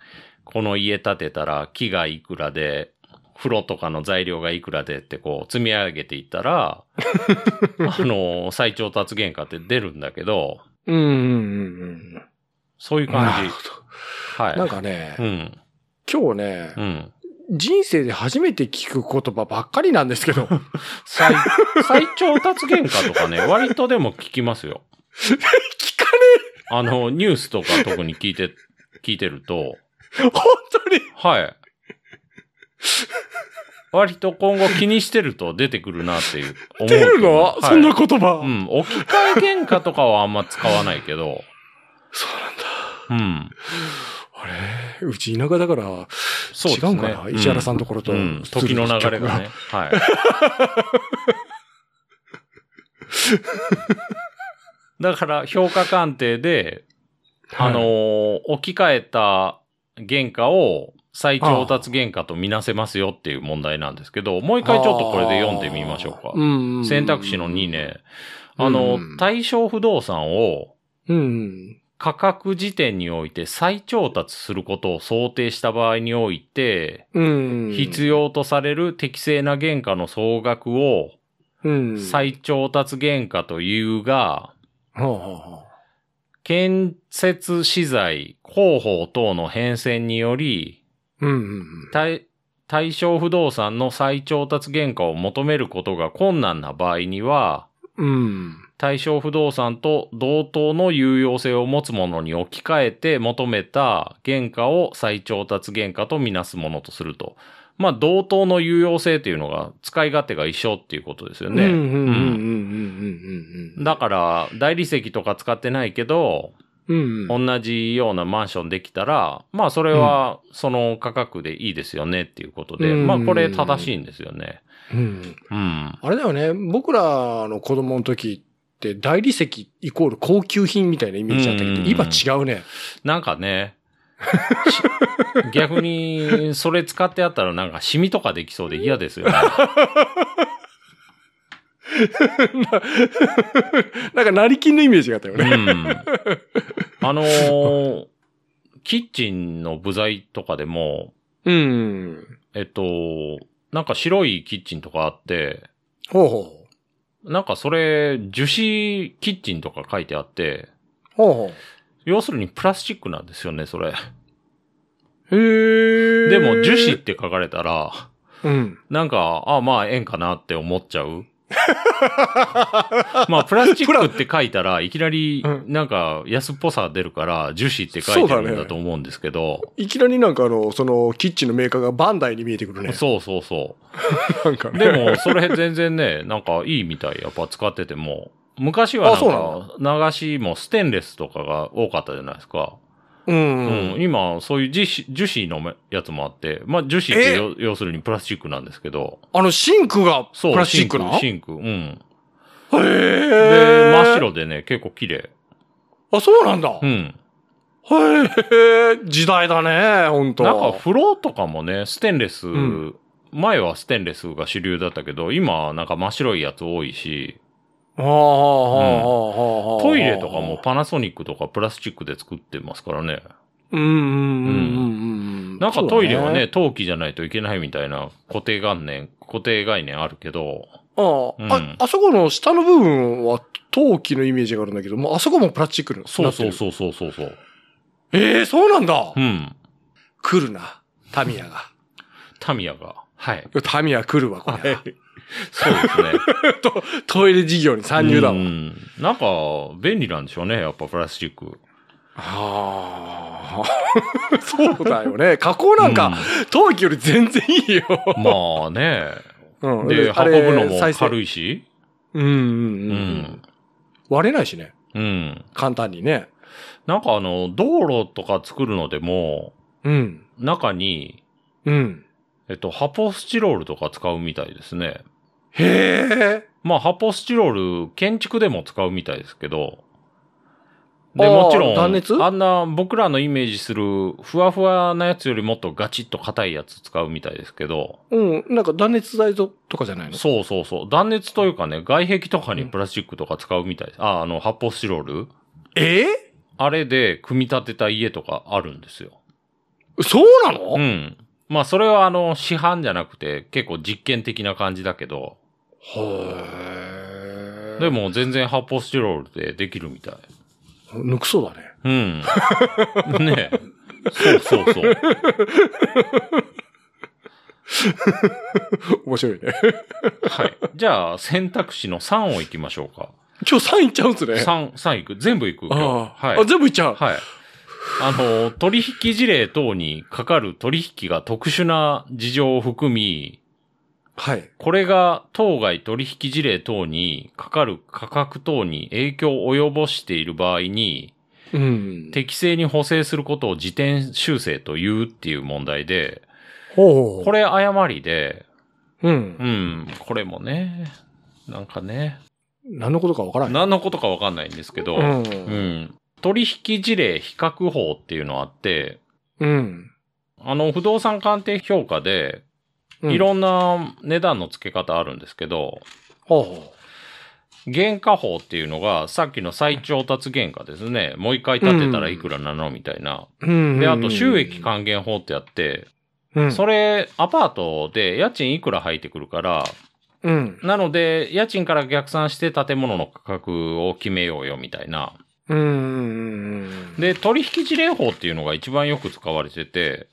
Speaker 3: この家建てたら木がいくらで、風呂とかの材料がいくらでってこう積み上げていったら、あの、最調達原価って出るんだけど、
Speaker 2: うんうんうんうん。
Speaker 3: そういう
Speaker 2: な
Speaker 3: 感
Speaker 2: る
Speaker 3: じ。
Speaker 2: ほ
Speaker 3: はい。
Speaker 2: ど。なんかね
Speaker 3: う、ん。
Speaker 2: 今日ね
Speaker 3: う、ん。
Speaker 2: 人生で初めて聞く言葉ばっかりなんですけど。
Speaker 3: 最、 最調達原価とかね、割とでも聞きますよ。
Speaker 2: 聞か
Speaker 3: あの、ニュースとか特に聞いて、聞いてると、
Speaker 2: ねえ本当に
Speaker 3: はい。割と今後気にしてると出てくるなっていう思うけ
Speaker 2: 出
Speaker 3: ど。
Speaker 2: るの、
Speaker 3: はい
Speaker 2: そんな言葉、
Speaker 3: うん。置き換え原価とかはあんま使わないけど。
Speaker 2: そうなんだ。
Speaker 3: うん。
Speaker 2: あれうち田舎だから、
Speaker 3: そうです
Speaker 2: 違
Speaker 3: ね。
Speaker 2: うんかな、石原さんのところと、
Speaker 3: うん。うん時の流れがね。 はい。だから、評価鑑定で、
Speaker 2: はい。
Speaker 3: あのー置き換えた原価を再調達原価とみなせますよっていう問題なんですけど、もう一回ちょっとこれで読んでみましょうか。
Speaker 2: うん
Speaker 3: 選択肢の2ね。。
Speaker 2: うん
Speaker 3: あの
Speaker 2: うん、
Speaker 3: 対象不動産を
Speaker 2: うん。
Speaker 3: 価格時点において再調達することを想定した場合において、
Speaker 2: うん。
Speaker 3: 必要とされる適正な原価の総額を
Speaker 2: うん。
Speaker 3: 再調達原価というが、
Speaker 2: ほうほうほ
Speaker 3: 建設資材、広報等の変遷により、
Speaker 2: う。うんうんうん。
Speaker 3: 対対象不動産の再調達原価を求めることが困難な場合には、
Speaker 2: うん。
Speaker 3: 対象不動産と同等の有用性を持つものに置き換えて求めた原価を再調達原価とみなすものとすると。まあ、同等の有用性っていうのが使い勝手が一緒っていうことですよ
Speaker 2: うんうんうんうん
Speaker 3: ね。
Speaker 2: うんうんうん。
Speaker 3: だから、大理石とか使ってないけど、
Speaker 2: うん。
Speaker 3: 同じようなマンションできたら、まあ、それはその価格でいいですよねっていうことで、
Speaker 2: うん
Speaker 3: まあ、これ正しいんですよね。
Speaker 2: うん。
Speaker 3: うん。
Speaker 2: あれだよね、僕らの子供の時って大理石イコール高級品みたいなイメージだったけ
Speaker 3: うんうん
Speaker 2: ど、
Speaker 3: うん
Speaker 2: 今違うね。
Speaker 3: なんかね、し逆に、それ使ってあったらなんかシミとかできそうで嫌ですよね。
Speaker 2: なんか、成金のイメージがあったよ
Speaker 3: う
Speaker 2: ね。
Speaker 3: ん。あのーキッチンの部材とかでも、
Speaker 2: うん。
Speaker 3: えっと、なんか白いキッチンとかあって、
Speaker 2: ほうほう。
Speaker 3: なんかそれ、樹脂キッチンとか書いてあって、
Speaker 2: ほうほ
Speaker 3: 要するにプラスチックなんですよね、それ。
Speaker 2: う。へえ。
Speaker 3: でも樹脂っ。て書かれたら、
Speaker 2: うん。
Speaker 3: なんか、あまあ、円かなって思っちゃう。 まあ、プラスチックって書いたら、いきなり
Speaker 2: う、ん
Speaker 3: なんか、安っぽさ出るから、樹脂って書いてるんだと思うんですけど、
Speaker 2: いきなりなんかあの、その、キッチンのメーカーがバンダイに見えてくるね。
Speaker 3: そうそうそ
Speaker 2: なんか
Speaker 3: う。
Speaker 2: ね。
Speaker 3: でも、それ全然ね、なんかいいみたい、やっぱ使ってても。昔は
Speaker 2: あそう
Speaker 3: なんか、流しもステンレスとかが多かったじゃないですか。
Speaker 2: う、
Speaker 3: うんん、
Speaker 2: うん。
Speaker 3: 今、そういう樹脂樹脂のやつもあって、まあ、樹脂ってよ要するにプラスチックなんですけど、
Speaker 2: あの、シンクが
Speaker 3: そう、
Speaker 2: プラスチックな
Speaker 3: シンク、シンクうん。
Speaker 2: へ
Speaker 3: で、
Speaker 2: え。
Speaker 3: 真っ。白でね、結構綺麗。
Speaker 2: あ、そうなんだ。
Speaker 3: うん。
Speaker 2: へえ、時代だね、ほんと。
Speaker 3: なんか、風呂とかもね、ステンレス、
Speaker 2: ん
Speaker 3: 前はステンレスが主流だったけど、今なんか真っ白いやつ多いし、
Speaker 2: はあはあはあはあはあ。
Speaker 3: トイレとかも。パナソニックとかプラスチックで作ってますからね。
Speaker 2: うんうんうんうんうん。
Speaker 3: なんかトイレはね、
Speaker 2: そう
Speaker 3: 陶器じゃないといけないみたいな固定概念、固定概念あるけど、
Speaker 2: だね、あ、
Speaker 3: うん
Speaker 2: あ、あそこの下の部分は陶器のイメージがあるんだけど、もうあそこもプラスチックの。
Speaker 3: そうそう
Speaker 2: う。
Speaker 3: そうそうそうそう。
Speaker 2: ええそうなんだ、
Speaker 3: うん。
Speaker 2: 来るな。タミヤが。
Speaker 3: タミヤが。はい。
Speaker 2: タミヤ来るわ、これは。
Speaker 3: そうですね。
Speaker 2: トイレ事業に参入だわ。
Speaker 3: うん。なんか、便利なんでしょうね、やっぱプラスチック。
Speaker 2: ああ。 そうだよね。加工なんか、陶器より全然いいよ。
Speaker 3: うん、まあね。
Speaker 2: うん
Speaker 3: で、
Speaker 2: あれ
Speaker 3: 運ぶのも
Speaker 2: 再生
Speaker 3: 軽いし。
Speaker 2: うんうんうん。
Speaker 3: うん。
Speaker 2: 割れないしね。
Speaker 3: うん。
Speaker 2: 簡単にね。
Speaker 3: なんかあの、道路とか作るのでも、
Speaker 2: うん。
Speaker 3: 中に、
Speaker 2: うん。
Speaker 3: えっと、発泡スチロールとか使うみたいですね。
Speaker 2: へえ。
Speaker 3: まあ、発泡スチロール、建築でも使うみたいですけど、
Speaker 2: あ
Speaker 3: で、
Speaker 2: ー
Speaker 3: もちろん、
Speaker 2: 断熱
Speaker 3: あんな僕らのイメージする、ふわふわなやつよりもっとガチッと硬いやつ使うみたいですけど、
Speaker 2: うん。なんか断熱材とかじゃないの
Speaker 3: そうそうそう、断熱というかね、外壁とかにプラスチックとか使うみたいです。あ、あの、発泡スチロール
Speaker 2: え
Speaker 3: あれで組み立てた家とかあるんですよ。
Speaker 2: ーそうなの、
Speaker 3: うん。まあ、それはあの、市販じゃなくて、結構実験的な感じだけど、
Speaker 2: へ
Speaker 3: で。も全然発泡スチロールでできるみたい。
Speaker 2: 抜くそうだね。
Speaker 3: うん。 ねえ。そうそうそう。
Speaker 2: 面白いね。
Speaker 3: はい。じゃあ、選択肢の3をいきましょうか。
Speaker 2: 今日3いっちゃうんすね。
Speaker 3: 3、三いく。全部いく。今日
Speaker 2: ああ、
Speaker 3: はい
Speaker 2: あ。全部いっちゃう。
Speaker 3: はい。あの、取引事例等にかかる取引が特殊な事情を含み、
Speaker 2: はい。
Speaker 3: これが当該取引事例等にかかる価格等に影響を及ぼしている場合に、
Speaker 2: うん。
Speaker 3: 適正に補正することを自転修正というっていう問題で、
Speaker 2: ほう。
Speaker 3: これ誤りで、
Speaker 2: れ。うん
Speaker 3: う。ん、これもね、なんかね、
Speaker 2: 何のことかわからない。
Speaker 3: 何のことかわかんないんですけど、
Speaker 2: う。
Speaker 3: うんん、取引事例比較法っていうのあって、
Speaker 2: うん。
Speaker 3: あの、不動産鑑定評価で、
Speaker 2: うん
Speaker 3: いろんな値段の付け方あるんですけど、
Speaker 2: ほうほ
Speaker 3: 原価法っていうのが、さっきの再調達原価ですね。もう一回建てたらいくらなのみたいな。
Speaker 2: う。うん。
Speaker 3: で、あと収益。還元法ってあって、
Speaker 2: うん。
Speaker 3: それ、アパートで家賃いくら入ってくるから、
Speaker 2: うん。
Speaker 3: なので、家賃から逆算して建物の価格を決めようよ、みたいな。
Speaker 2: うんうん。うん、
Speaker 3: で、取引事例法っていうのが一番よく使われてて、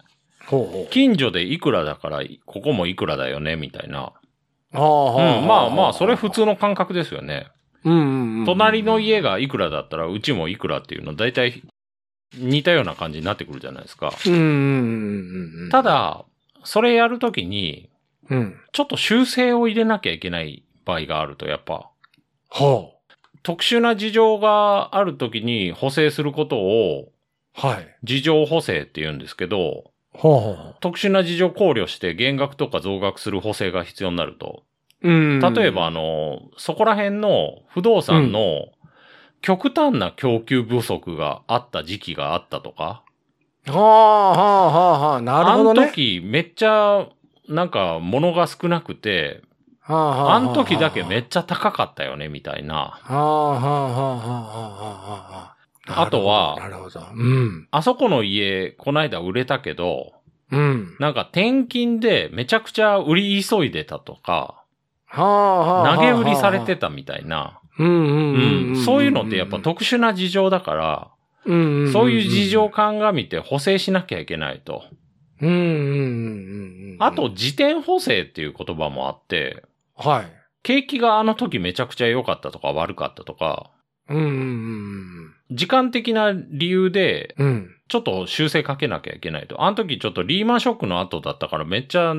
Speaker 2: ほうほう。
Speaker 3: 近所でいくらだから、ここもいくらだよね、みたいな。
Speaker 2: ああ、
Speaker 3: う
Speaker 2: はあ
Speaker 3: ん、まあまあ、それ普。通の感覚ですよね。
Speaker 2: うんうんうん。
Speaker 3: 隣の家がいくらだったら、うちもいくらっていうの、大体似たような感じになってくるじゃないですか。
Speaker 2: うん。うんうんうんうん。
Speaker 3: た、だ、それやるときに、
Speaker 2: うん。
Speaker 3: ちょっと修正を入れなきゃいけない場合があると、やっぱ、
Speaker 2: は
Speaker 3: 特殊な事情があるときに補正することを、
Speaker 2: あ。はい。
Speaker 3: 事情補正って言うんですけど、
Speaker 2: はあはあ。
Speaker 3: 特殊な事情を考慮して減額とか増額する補正が必要になると。
Speaker 2: うん。
Speaker 3: 例えば、あの、そこら辺の不動産の極端な供給不足があった時期があったとか、
Speaker 2: はあ、はあ、はあ、はあ、なるほど
Speaker 3: あの
Speaker 2: ね。
Speaker 3: 時めっちゃなんか物が少なくて、
Speaker 2: はあはあはあ
Speaker 3: あん時だけめっちゃ高かったよね、みたいな。
Speaker 2: はあはあはあはあはあはあ。
Speaker 3: あとは
Speaker 2: なるほど。なるほどうん。
Speaker 3: あそこの家、こないだ売れたけど、
Speaker 2: うん。
Speaker 3: なんか転勤でめちゃくちゃ売り急いでたとか、
Speaker 2: はあはあはあはあ。
Speaker 3: 投げ売りされてたみたいな。
Speaker 2: うんうんう
Speaker 3: う
Speaker 2: んうん
Speaker 3: ん。そういうのってやっぱ特殊な事情だから、
Speaker 2: うんんん
Speaker 3: そういう事情を鑑みて補正しなきゃいけないと。
Speaker 2: うんうんうんうん。
Speaker 3: あと、、時点補正っていう言葉もあって、
Speaker 2: はい。
Speaker 3: 景気があの時めちゃくちゃ良かったとか悪かったとか、
Speaker 2: うんうん
Speaker 3: 時間的な理由で、
Speaker 2: うんうん。うん。
Speaker 3: ちょっと修正かけなきゃいけないと。あの時ちょっとリーマンショックの後だったからめっちゃ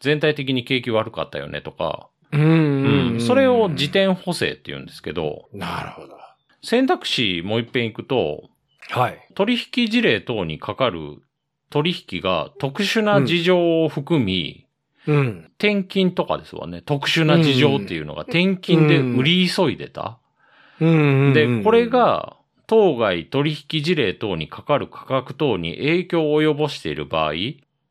Speaker 3: 全体的に景気悪かったよねとか、
Speaker 2: うん
Speaker 3: う
Speaker 2: うんうん
Speaker 3: ん。それを時。点補正って言うんですけど、
Speaker 2: なるほど。
Speaker 3: 選択肢もう一遍行くと、
Speaker 2: はい。
Speaker 3: 取引事例等にかかる取引が特殊な事情を含み、
Speaker 2: うん。
Speaker 3: 転勤とかですわね。特殊な事情っていうのが転勤で売り急いでた。
Speaker 2: うんうんうん
Speaker 3: で、これ、が当該取引事例等にかかる価格等に影響を及ぼしている場合、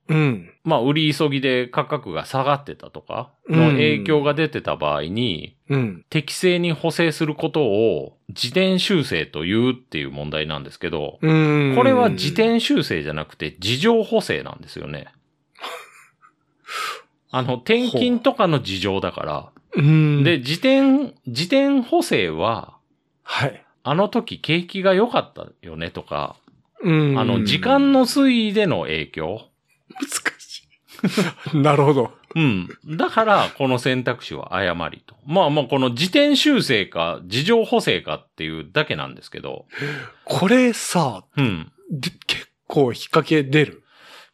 Speaker 2: うん。
Speaker 3: まあ、売り急ぎで価格が下がってたとか、の影響が出てた場合に、
Speaker 2: うん。
Speaker 3: 適正に補正することを自転修正というっていう問題なんですけど、
Speaker 2: うん。
Speaker 3: これは自。転修正じゃなくて事情補正なんですよ ね。あの、転勤とかの事情だから。
Speaker 2: うん。
Speaker 3: で、、自転、自転補正は、
Speaker 2: はい。
Speaker 3: あの時景気が良かったよねとか、
Speaker 2: うん
Speaker 3: あの、時間の推移での影響。
Speaker 2: 難しい。 なるほど。
Speaker 3: うん。だから、この選択肢は誤りと。まあまあ、この自転修正か、事情補正かっていうだけなんですけど。
Speaker 2: これさ、
Speaker 3: うん。
Speaker 2: で結構引っ掛け出る。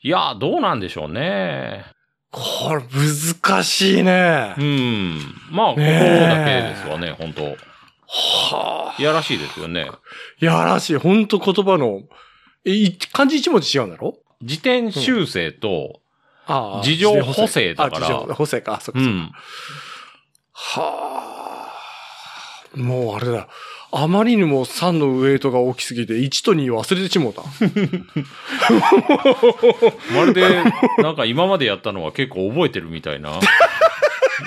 Speaker 3: いやー、どうなんでしょうね。
Speaker 2: これ難しいね
Speaker 3: う。ん。まあ、ここだけ
Speaker 2: ねえ
Speaker 3: ですわね、本当
Speaker 2: はあ。
Speaker 3: いやらしいですよね。
Speaker 2: いやらしい。ほんと言葉の、え、い漢字一文字違うんだろ
Speaker 3: 自転修正と、
Speaker 2: あ
Speaker 3: 事情補正だから
Speaker 2: あ、事情補正か。あそっ
Speaker 3: う
Speaker 2: かそっか。
Speaker 3: ん。
Speaker 2: はあ。もうあれだ。あまりにも3のウエイトが大きすぎて、1と2忘れてし もうた。
Speaker 3: まるで、なんか今までやったのは結構覚えてるみたいな、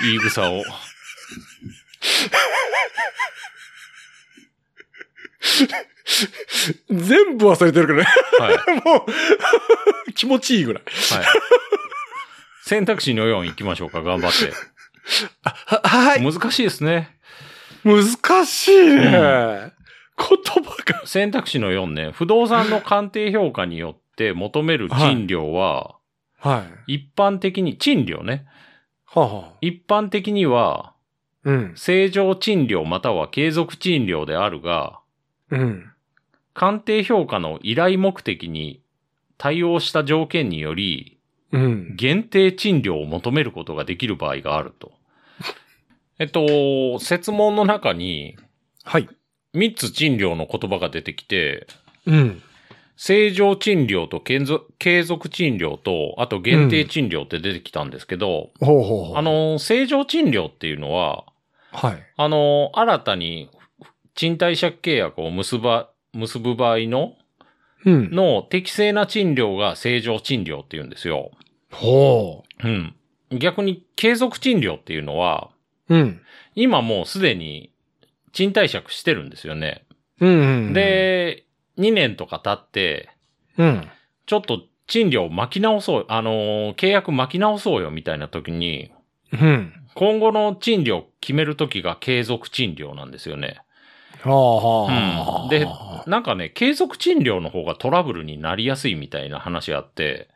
Speaker 3: 言い草を。
Speaker 2: 全部忘れてるからね。
Speaker 3: はい。はい。
Speaker 2: もう、 気持ちいいぐらい。
Speaker 3: 選択肢の4行きましょうか、頑張って。
Speaker 2: は、はい。
Speaker 3: 難しいですね。
Speaker 2: 難しいね。
Speaker 3: ん
Speaker 2: 言葉が。
Speaker 3: 選択肢の4ね、不動産の鑑定評価によって求める賃料は、
Speaker 2: はい。
Speaker 3: 一般的に、賃料ね。
Speaker 2: はあ、はあ、
Speaker 3: 一般的には、
Speaker 2: うん。
Speaker 3: 正常賃料または継続賃料であるが、
Speaker 2: うん。
Speaker 3: 鑑定評価の依頼目的に対応した条件により、
Speaker 2: うん。
Speaker 3: 限定賃料を求めることができる場合があると。えっと、説問の中に、
Speaker 2: はい。
Speaker 3: 3つ賃料の言葉が出てきて、
Speaker 2: うん。
Speaker 3: 正常賃料と継続継続賃料と、あと限定賃料って出てきたんですけど、
Speaker 2: ほうほうほう。
Speaker 3: あ、の、正常賃料っていうのは、
Speaker 2: はい。
Speaker 3: あの、新たに賃貸借契約を結ば、結ぶ場合の、
Speaker 2: うん。
Speaker 3: の適正な賃料が正常賃料っていうんですよ。
Speaker 2: ほ
Speaker 3: うん。逆に継続賃料っていうのは、
Speaker 2: う。うん。
Speaker 3: 今もうすでに賃貸借してるんですよね。
Speaker 2: うん、うん。、
Speaker 3: で、2年とか経って、
Speaker 2: うん。
Speaker 3: ちょっと賃料巻き直そう、あのー契約巻き直そうよみたいな時に、
Speaker 2: うん。
Speaker 3: 今後の賃料決める時が継続賃料なんですよね。
Speaker 2: はあはあ、は
Speaker 3: う
Speaker 2: あ。
Speaker 3: んでなんかね、継続賃料の方がトラブルになりやすいみたいな話あって、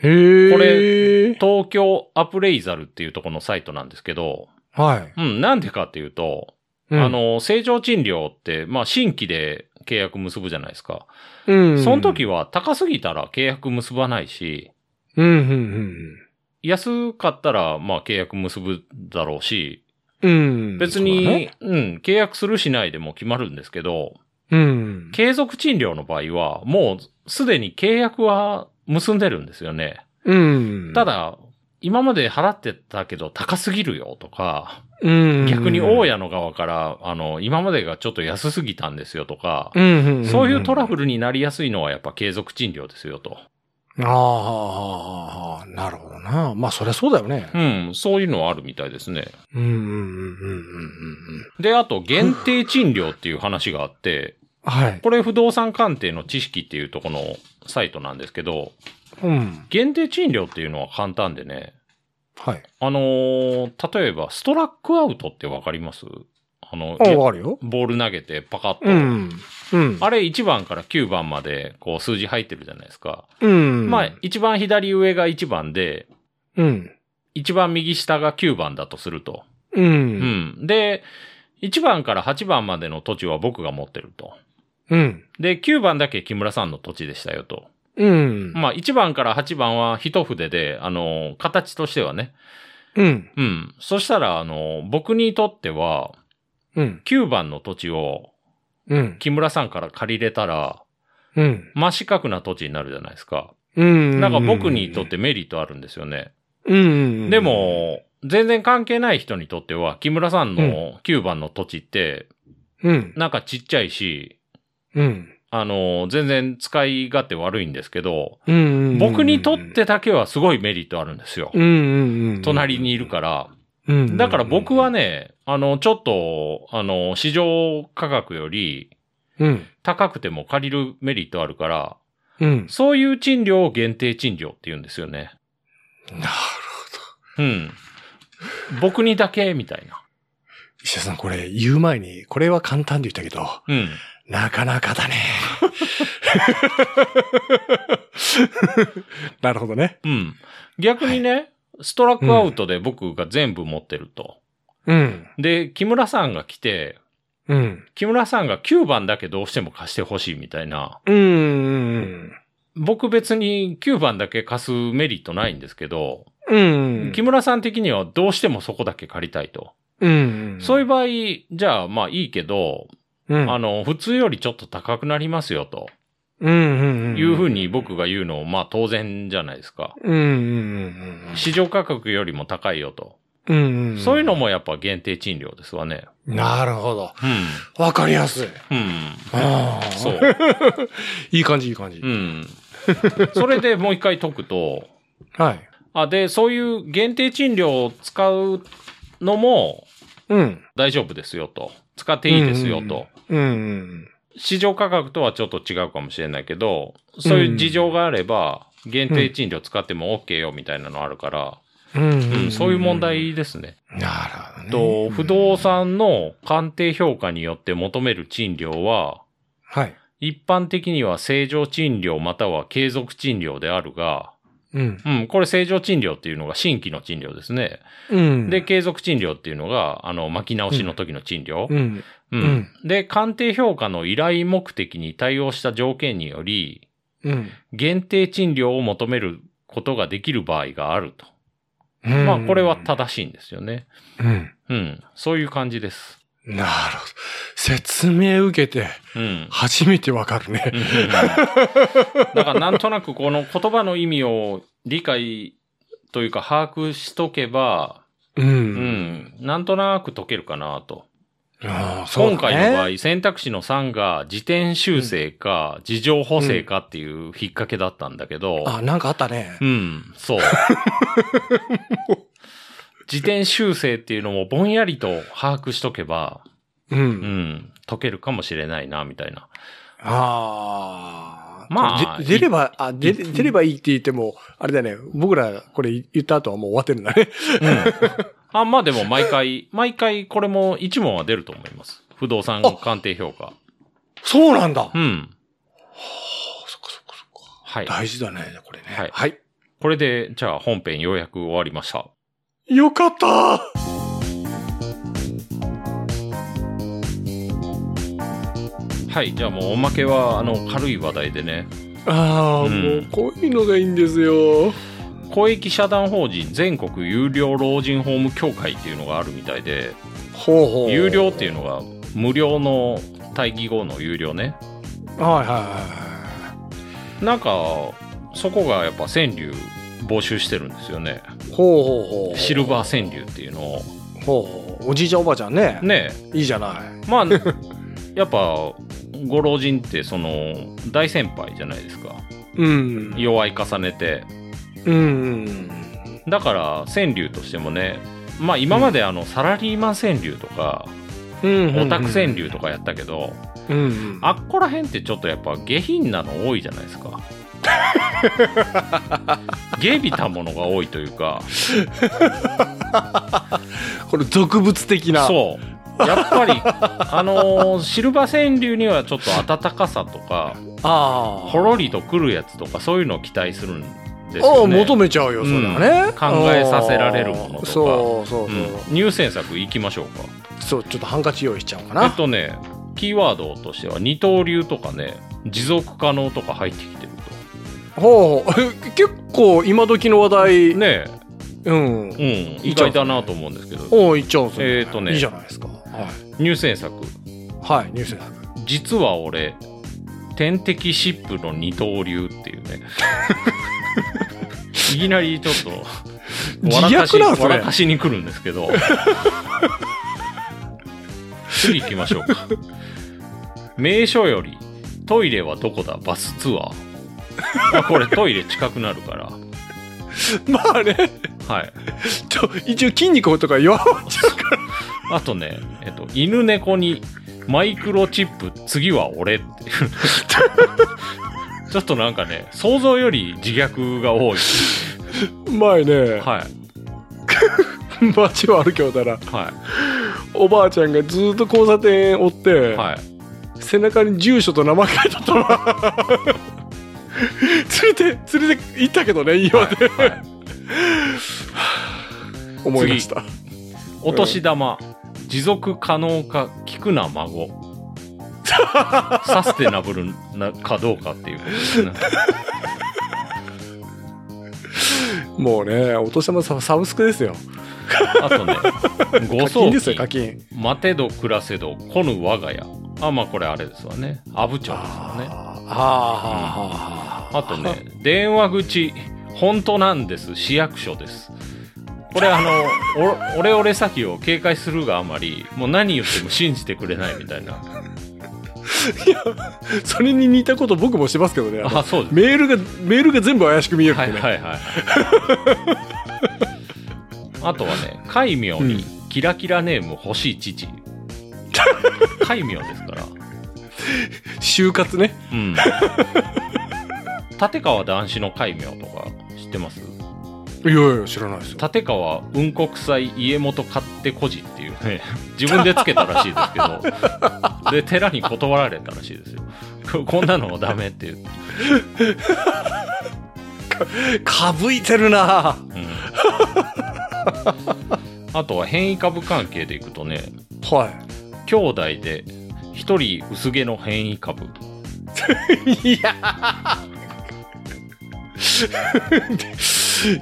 Speaker 2: へえ。
Speaker 3: これ、東京アプレイザルっていうところのサイトなんですけど、
Speaker 2: はい。
Speaker 3: うん、なんでかっていうと、
Speaker 2: うん
Speaker 3: あ、の、正常賃料って、まあ、新規で契約結ぶじゃないですか。
Speaker 2: うん。
Speaker 3: その時は高すぎたら契約結ばないし、
Speaker 2: うん、うん、うん。
Speaker 3: 安かったら、まあ、契約結ぶだろうし、
Speaker 2: うん。
Speaker 3: 別
Speaker 2: そう
Speaker 3: に、
Speaker 2: だ
Speaker 3: う
Speaker 2: ね
Speaker 3: ん、契約するしないでも決まるんですけど、
Speaker 2: うん。
Speaker 3: 継続賃料の場合は、もうすでに契約は結んでるんですよね。
Speaker 2: うん。
Speaker 3: た、だ、今まで払ってたけど高すぎるよとか、
Speaker 2: うん。
Speaker 3: 逆に大家の側から、あの、今までがちょっと安すぎたんですよとか
Speaker 2: う、ん。ん。
Speaker 3: そういうトラブ
Speaker 2: ル。
Speaker 3: ルになりやすいのはやっぱ継続賃料ですよと。
Speaker 2: ああ、ああなるほどな。まあ、そりゃそうだよね。
Speaker 3: うん、そういうのはあるみたいですね。
Speaker 2: うん、うん、うん、うん、うん、うん。
Speaker 3: で、あと、限定賃料っていう話があって、
Speaker 2: はい。
Speaker 3: これ不動産鑑定の知識っていうとこのサイトなんですけど、
Speaker 2: うん。
Speaker 3: 限定賃料っていうのは簡単でね、
Speaker 2: はい。
Speaker 3: あのー例えば、ストラックアウトってわかりますあの、
Speaker 2: あ
Speaker 3: いや
Speaker 2: わかるよ。
Speaker 3: ボール投げてパカッと。
Speaker 2: うん。うん。
Speaker 3: あれ1番から9番までこう数字入ってるじゃないですか。
Speaker 2: うん。
Speaker 3: まあ一番左上が1番で、
Speaker 2: うん。
Speaker 3: 一番右下が9番だとすると。
Speaker 2: う。
Speaker 3: うんん。で、1番から8番までの土地は僕が持ってると。
Speaker 2: うん。
Speaker 3: で、9番だけ木村さんの土地でしたよと。
Speaker 2: うん。
Speaker 3: まあ1番から8番は一筆で、あの、形としてはね。
Speaker 2: うん。
Speaker 3: うん。そしたら、あの、僕にとっては、
Speaker 2: うん。
Speaker 3: 9番の土地を
Speaker 2: うん。
Speaker 3: 木村さんから借りれたら、
Speaker 2: うん。
Speaker 3: 真四角な土地になるじゃないですか。
Speaker 2: うん。
Speaker 3: なんか僕にとっ。てメリットあるんですよね。
Speaker 2: うん。
Speaker 3: で、も、全然関係ない人にとっては、木村さんの9番の土地って、
Speaker 2: うん。
Speaker 3: なんかちっちゃいし、
Speaker 2: うん。
Speaker 3: あの、全然使い勝手悪いんですけど、
Speaker 2: うん。
Speaker 3: 僕にとっ。てだけはすごいメリットあるんですよ
Speaker 2: う。ん。うん。
Speaker 3: 隣にいるから。
Speaker 2: ら
Speaker 3: だから僕は、ね、あの、ちょっと、あの、市場価格より
Speaker 2: うん。
Speaker 3: 高くても借りるメリットあるから、
Speaker 2: うん。
Speaker 3: そういう賃料を限定賃料って言うんですよね。
Speaker 2: なるほど。
Speaker 3: うん。僕にだけ、みたいな。
Speaker 2: 石田さん、これ言う前に、これは簡単で言ったけど、
Speaker 3: うん。
Speaker 2: なかなかだ ね。なるほどね。
Speaker 3: うん。逆にね、ストラックアウトで僕が全部持ってると。
Speaker 2: うん。
Speaker 3: で、木村さんが来て、
Speaker 2: うん。
Speaker 3: 木村さんが9番だけどうしても貸してほしいみたいな。
Speaker 2: うんうん。
Speaker 3: 僕別に9番だけ貸すメリットないんですけど、
Speaker 2: うん
Speaker 3: 木村さん的にはどうしてもそこだけ借りたいと。
Speaker 2: うん。
Speaker 3: そういう
Speaker 2: う、
Speaker 3: 場合、じゃあまあいいけど、
Speaker 2: うん、
Speaker 3: あの、普通よりちょっと高くなりますよと
Speaker 2: うんうんうん。
Speaker 3: いうふうに僕が言うのもまあ当然じゃないですか。
Speaker 2: うんうん
Speaker 3: 市場価格よりも高いよと。
Speaker 2: うんうん。うんん
Speaker 3: そういうの。もやっぱ限定賃料ですわね。
Speaker 2: なるほど。
Speaker 3: う
Speaker 2: わかりやすい。
Speaker 3: ん。うん。
Speaker 2: ああ。
Speaker 3: そう。。
Speaker 2: いい感じ、いい感じ。
Speaker 3: うん。それでもう一回解くと、
Speaker 2: はい。
Speaker 3: あ、で、そういう限定賃料を使うのも
Speaker 2: うん。
Speaker 3: 大丈夫ですよと。使っていいですよと。
Speaker 2: うんうん。
Speaker 3: 市場価格とはちょっと違うかもしれないけど、そういう事情があれば、限定賃料使っても OK よみたいなのあるから、
Speaker 2: うん
Speaker 3: うん
Speaker 2: んん
Speaker 3: そういう問。題ですね。
Speaker 2: なるほどね。
Speaker 3: と、不動産の鑑定評価によって求める賃料は、
Speaker 2: はい。
Speaker 3: 一般的には正常賃料または継続賃料であるが、
Speaker 2: うん。
Speaker 3: うん、これ正常賃料っていうのが新規の賃料ですね。
Speaker 2: うん。
Speaker 3: で、、継続賃料っていうのが、あの、巻き直しの時の賃料。
Speaker 2: うん。
Speaker 3: うん
Speaker 2: うん
Speaker 3: で、鑑定評価の依頼目的に対応した条件により、
Speaker 2: うん。
Speaker 3: 限定賃料を求めることができる場合があると。まあ、これは正しいんですよね。
Speaker 2: うん。
Speaker 3: うん、そういう感じです。
Speaker 2: なるほど。説明受けて、
Speaker 3: うん。
Speaker 2: 初めてわかるね。
Speaker 3: だからなんとなくこの言葉の意味を理解というか把握しとけば、
Speaker 2: う。
Speaker 3: うんん、なんとなく解けるかなと。
Speaker 2: ああそうだね
Speaker 3: 今回の場合、選択肢の3が自転修正か、事情補正かっていう引っ掛けだったんだけど、
Speaker 2: あ、なんかあったね
Speaker 3: う。ん、 そう。自転修正っていうのもぼんやりと把握しとけば、
Speaker 2: う。
Speaker 3: うんん、解けるかもしれないな、みたいな。
Speaker 2: ああ。
Speaker 3: まあ
Speaker 2: で出れば、あ、出れ出ればいいって言っても、あれだよね。僕らこれ言った後はもう終わってるんだね。
Speaker 3: あ、まあでも毎回、毎回これも1問は出ると思います。不動産鑑定評価。
Speaker 2: そうなんだ。あ
Speaker 3: うん。
Speaker 2: そっかそっかそっか。
Speaker 3: はい。
Speaker 2: 大事だね、これ
Speaker 3: は
Speaker 2: ね
Speaker 3: い。
Speaker 2: はい。
Speaker 3: これで、じゃあ本編ようやく終わりました。
Speaker 2: よかった
Speaker 3: はい。じゃあもうおまけは、あの、軽い話題でね、
Speaker 2: ああ、
Speaker 3: うん
Speaker 2: もうこういうのがいいんですよ。
Speaker 3: 公益社団法人全国有料老人ホーム協会っていうのがあるみたいで
Speaker 2: ほうほう。
Speaker 3: 有料っていうのが無料の対義語の有料ね
Speaker 2: はいはいはいは
Speaker 3: なんかそこがやっぱ川柳募集してるんですよね
Speaker 2: い。ほうほうほう。
Speaker 3: シルバー川柳っていうのを
Speaker 2: ほう。おじいちゃんおばあちゃんね。
Speaker 3: ね
Speaker 2: いいじゃない。
Speaker 3: まあ やっぱご老人ってその大先輩じゃないですか
Speaker 2: うん。
Speaker 3: 弱い重ねて。
Speaker 2: うん。
Speaker 3: だから、川柳としてもね、まあ今まであの、サラリーマン川柳とか、
Speaker 2: うん。
Speaker 3: オタク川柳とかやったけど、
Speaker 2: うん。
Speaker 3: あっこら辺ってちょっとやっぱ下品なの多いじゃないです か。下びたものが多いというか、
Speaker 2: これ、俗物的な。
Speaker 3: そう。やっぱり、あのーシルバー川柳にはちょっと温かさとか、
Speaker 2: ああ。
Speaker 3: ほろりと来るやつとか、そういうのを期待するんです
Speaker 2: あ
Speaker 3: よ
Speaker 2: あ、
Speaker 3: ね。
Speaker 2: 求めちゃうよ、それはね。
Speaker 3: 考えさせられるものとか
Speaker 2: そうそうそうう。
Speaker 3: ん、入選作いきましょうか。
Speaker 2: そう、ちょっとハンカチ用意しちゃおうか
Speaker 3: え
Speaker 2: な
Speaker 3: っ。とね、キーワードとしては二刀流とかね、持続可能とか入ってきてる
Speaker 2: ほう。結構、今時の話題。
Speaker 3: と。ね
Speaker 2: うん。
Speaker 3: え、うん、意外だなと思うんですけど、
Speaker 2: おう、いっちゃうんすね。
Speaker 3: えーとね
Speaker 2: いいじゃないですか。はい。
Speaker 3: 入選作、
Speaker 2: はい、ニュースだ。
Speaker 3: 実は俺、天敵シップの二刀流っていう ね。いきなりちょっと、
Speaker 2: 自
Speaker 3: 笑かし
Speaker 2: 虐な、そ
Speaker 3: 笑
Speaker 2: れ
Speaker 3: か。しに来るんです けど。次行きましょうか。名所より、トイレはどこだバスツアー。あこれトイレ近くなるから。
Speaker 2: まあね、
Speaker 3: はい。
Speaker 2: ちょ、一応筋肉とか弱まっちゃうか
Speaker 3: あとね、えっと、犬猫にマイクロチップ、次は俺って いう。ちょっとなんかね、想像より自虐が多い。
Speaker 2: ら。前ね、
Speaker 3: はい。
Speaker 2: 街を歩きよったら、
Speaker 3: は
Speaker 2: おばあちゃんがずっと交差点追って、
Speaker 3: い。はい。
Speaker 2: 背中に住所と名前書いてあったわ 連れて連れて行ったけどね今で、思い出した
Speaker 3: お年玉、持続可能か聞くな孫サステナブルなかどうかっていうことですね
Speaker 2: もうねお年玉ササブスクですよ
Speaker 3: あとねご
Speaker 2: 課
Speaker 3: 葬
Speaker 2: 金ですよ課
Speaker 3: 儀
Speaker 2: 金
Speaker 3: 待てど暮らせどこぬ我が家あまあこれあれですわね阿武町ですわね
Speaker 2: あーあー
Speaker 3: あとね電話口本当なんです市役所ですこれあのおオレオレ詐欺を警戒するがあまりもう何言っても信じてくれないみたいな
Speaker 2: それに似たこと僕もしてますけどねあの
Speaker 3: あ そうです
Speaker 2: メールがメールが全部怪しく見えるって
Speaker 3: はい
Speaker 2: ね、
Speaker 3: はいはい。あとはね、戒名
Speaker 2: う
Speaker 3: に
Speaker 2: ん
Speaker 3: キラキラネーム欲しい父。戒名ですから。
Speaker 2: 就活ね
Speaker 3: うん。立川談志の戒名とか知ってます
Speaker 2: いやいや知らないですよ
Speaker 3: 立川雲国祭家元勝手孤児っていうね、自分でつけたらしいですけ ど、で、寺に断られたらしいですよ。ここんなのダメっていう。
Speaker 2: かぶいてるな
Speaker 3: うんあとは変異株関係でいくとね、
Speaker 2: は
Speaker 3: 兄弟で一人薄毛の変異株
Speaker 2: いいや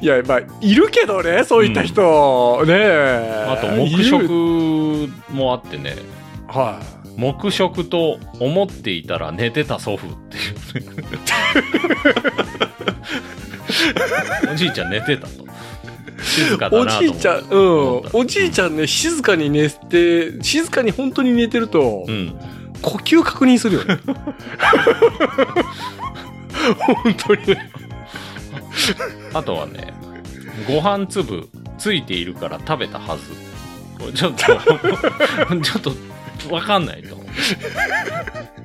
Speaker 2: いやまあいるけどねそういった人、ねえ
Speaker 3: あと
Speaker 2: い
Speaker 3: 黙
Speaker 2: る
Speaker 3: 食もあってね
Speaker 2: は
Speaker 3: 黙食と思っていたら寝てた祖父っていうねおじいちゃん寝てたと静か
Speaker 2: い
Speaker 3: だ
Speaker 2: お
Speaker 3: なと
Speaker 2: じ
Speaker 3: 思
Speaker 2: いちゃん
Speaker 3: って
Speaker 2: うん
Speaker 3: 思った
Speaker 2: おじいちゃんね静かに寝て静かに本当に寝てると、
Speaker 3: うん
Speaker 2: 呼吸確認するよね本当にね
Speaker 3: あとはねご飯粒ついているから食べたはずこれちょっとちょっとわかんないと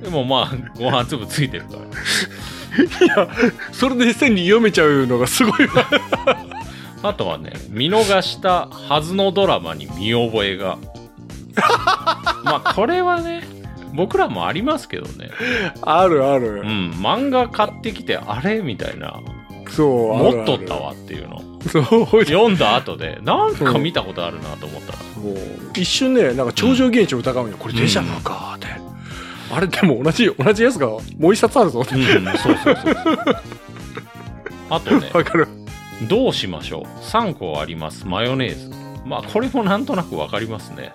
Speaker 3: でもまあご飯粒ついてるから
Speaker 2: それで線に読めちゃうのがすごいわ
Speaker 3: あとはね、見逃したはずのドラマに見覚えが。まあ、これはね、僕らもありますけどね。
Speaker 2: あるある、
Speaker 3: うん、漫画買ってきて、あれみたいな。
Speaker 2: そうあるある
Speaker 3: 持っとったわっていうの。
Speaker 2: そう
Speaker 3: 読んだ後で、なんか見たことあるなと思ったら。
Speaker 2: もう一瞬ねなんか超常現象を疑うよ、これデジャブかって、あれでも同じ同じやつがもう一冊あるぞって
Speaker 3: うん、そうそうそうそう。あとね、
Speaker 2: わかる
Speaker 3: どうしましょう ?3 個あります。マヨネーズ。まあ、これもなんとなくわかりますね。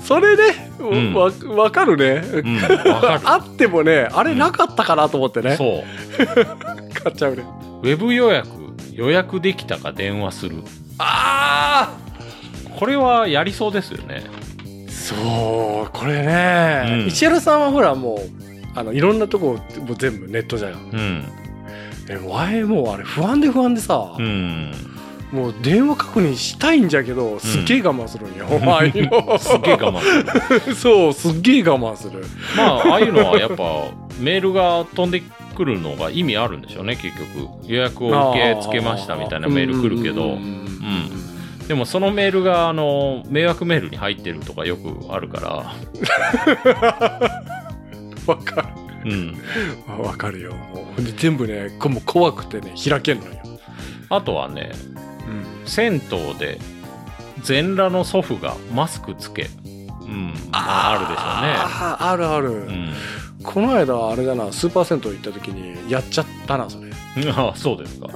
Speaker 2: それね、
Speaker 3: ん
Speaker 2: わわかるね、
Speaker 3: うん、わかる。
Speaker 2: あってもねあれなかったかなと思って ね、
Speaker 3: そう。
Speaker 2: 買っちゃうね
Speaker 3: ウェブ予約、予約できたか電話する。
Speaker 2: あ
Speaker 3: これはやりそうですよね。
Speaker 2: あそうこれね、
Speaker 3: うん
Speaker 2: 石原さんはほらもうあの、いろんなとこ、もう全部ネットじゃん。
Speaker 3: うん。
Speaker 2: え、わいもうあれ不安で不安でさ、
Speaker 3: うん。
Speaker 2: もう電話確認したいんじゃけど、すっげえ我慢するん よ。お前の。
Speaker 3: すっげえ我慢す る。
Speaker 2: 慢。 そう、すっげえ我慢する。
Speaker 3: まあ、ああいうのはやっぱ、メールが飛んでくるのが意味あるんでしょうね、結局。予約を受け付けましたみたいなメール来るけど、でもそのメールが、あの、迷惑メールに入ってるとかよくあるか
Speaker 2: わかる。
Speaker 3: ら、うん。
Speaker 2: わかるよ。もうで全部ね、こもう怖くてね、開けんのよ。
Speaker 3: あとはね、
Speaker 2: うん。
Speaker 3: 銭湯で全裸の祖父がマスクつけ、うん、ああ
Speaker 2: あーあるある
Speaker 3: る。でしょうね。
Speaker 2: この間、あれだな、スーパー銭湯行った時に、やっちゃったな、そ れ。
Speaker 3: うん、ああそうですか。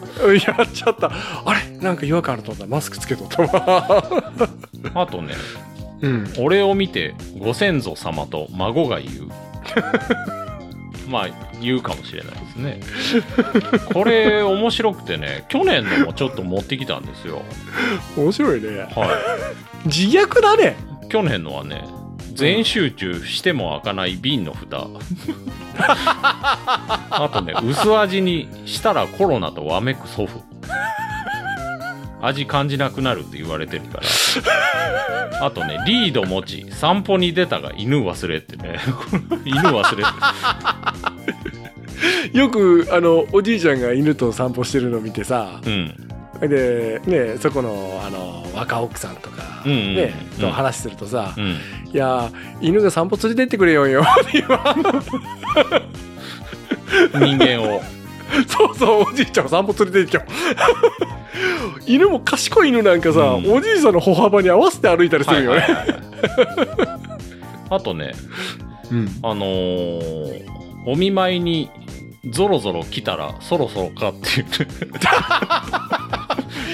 Speaker 2: やっちゃった。あれなんか違和感あると思った。マスクつけとったわ。
Speaker 3: あとね、
Speaker 2: うん。
Speaker 3: 俺を見てご先祖様と孫が言う。まあ言う かもしれないですね。これ面白くてね、去年のもちょっと持ってきたんですよ。
Speaker 2: 面白いね。
Speaker 3: は
Speaker 2: 自虐だね。
Speaker 3: い。去年のはね、全集中しても開かない瓶の蓋。あとね、薄味にしたらコロナとわめく祖父。味感じなくなるって言われてるから。あとね、リード持ち、散歩に出たが犬忘れってね。 犬忘れて。
Speaker 2: よく、あの、おじいちゃんが犬と散歩してるの見てさ、
Speaker 3: うん。
Speaker 2: で、ね、そこの、あの、若奥さんとか、
Speaker 3: うんうんうん
Speaker 2: ね、
Speaker 3: うん
Speaker 2: と話するとさ、
Speaker 3: うん。
Speaker 2: いやー、犬が散歩連れてってくれよんよ。
Speaker 3: 人間を。
Speaker 2: そうそう、おじいちゃんを散歩連れて行っちゃう。 犬も賢い犬なんかさ、
Speaker 3: うん
Speaker 2: おじいさんの歩幅に合わせて歩いたりするよね。
Speaker 3: はいはいはいはい あとね、
Speaker 2: うん。
Speaker 3: あのーお見舞いにぞろぞろ来たらそろそろかっていうね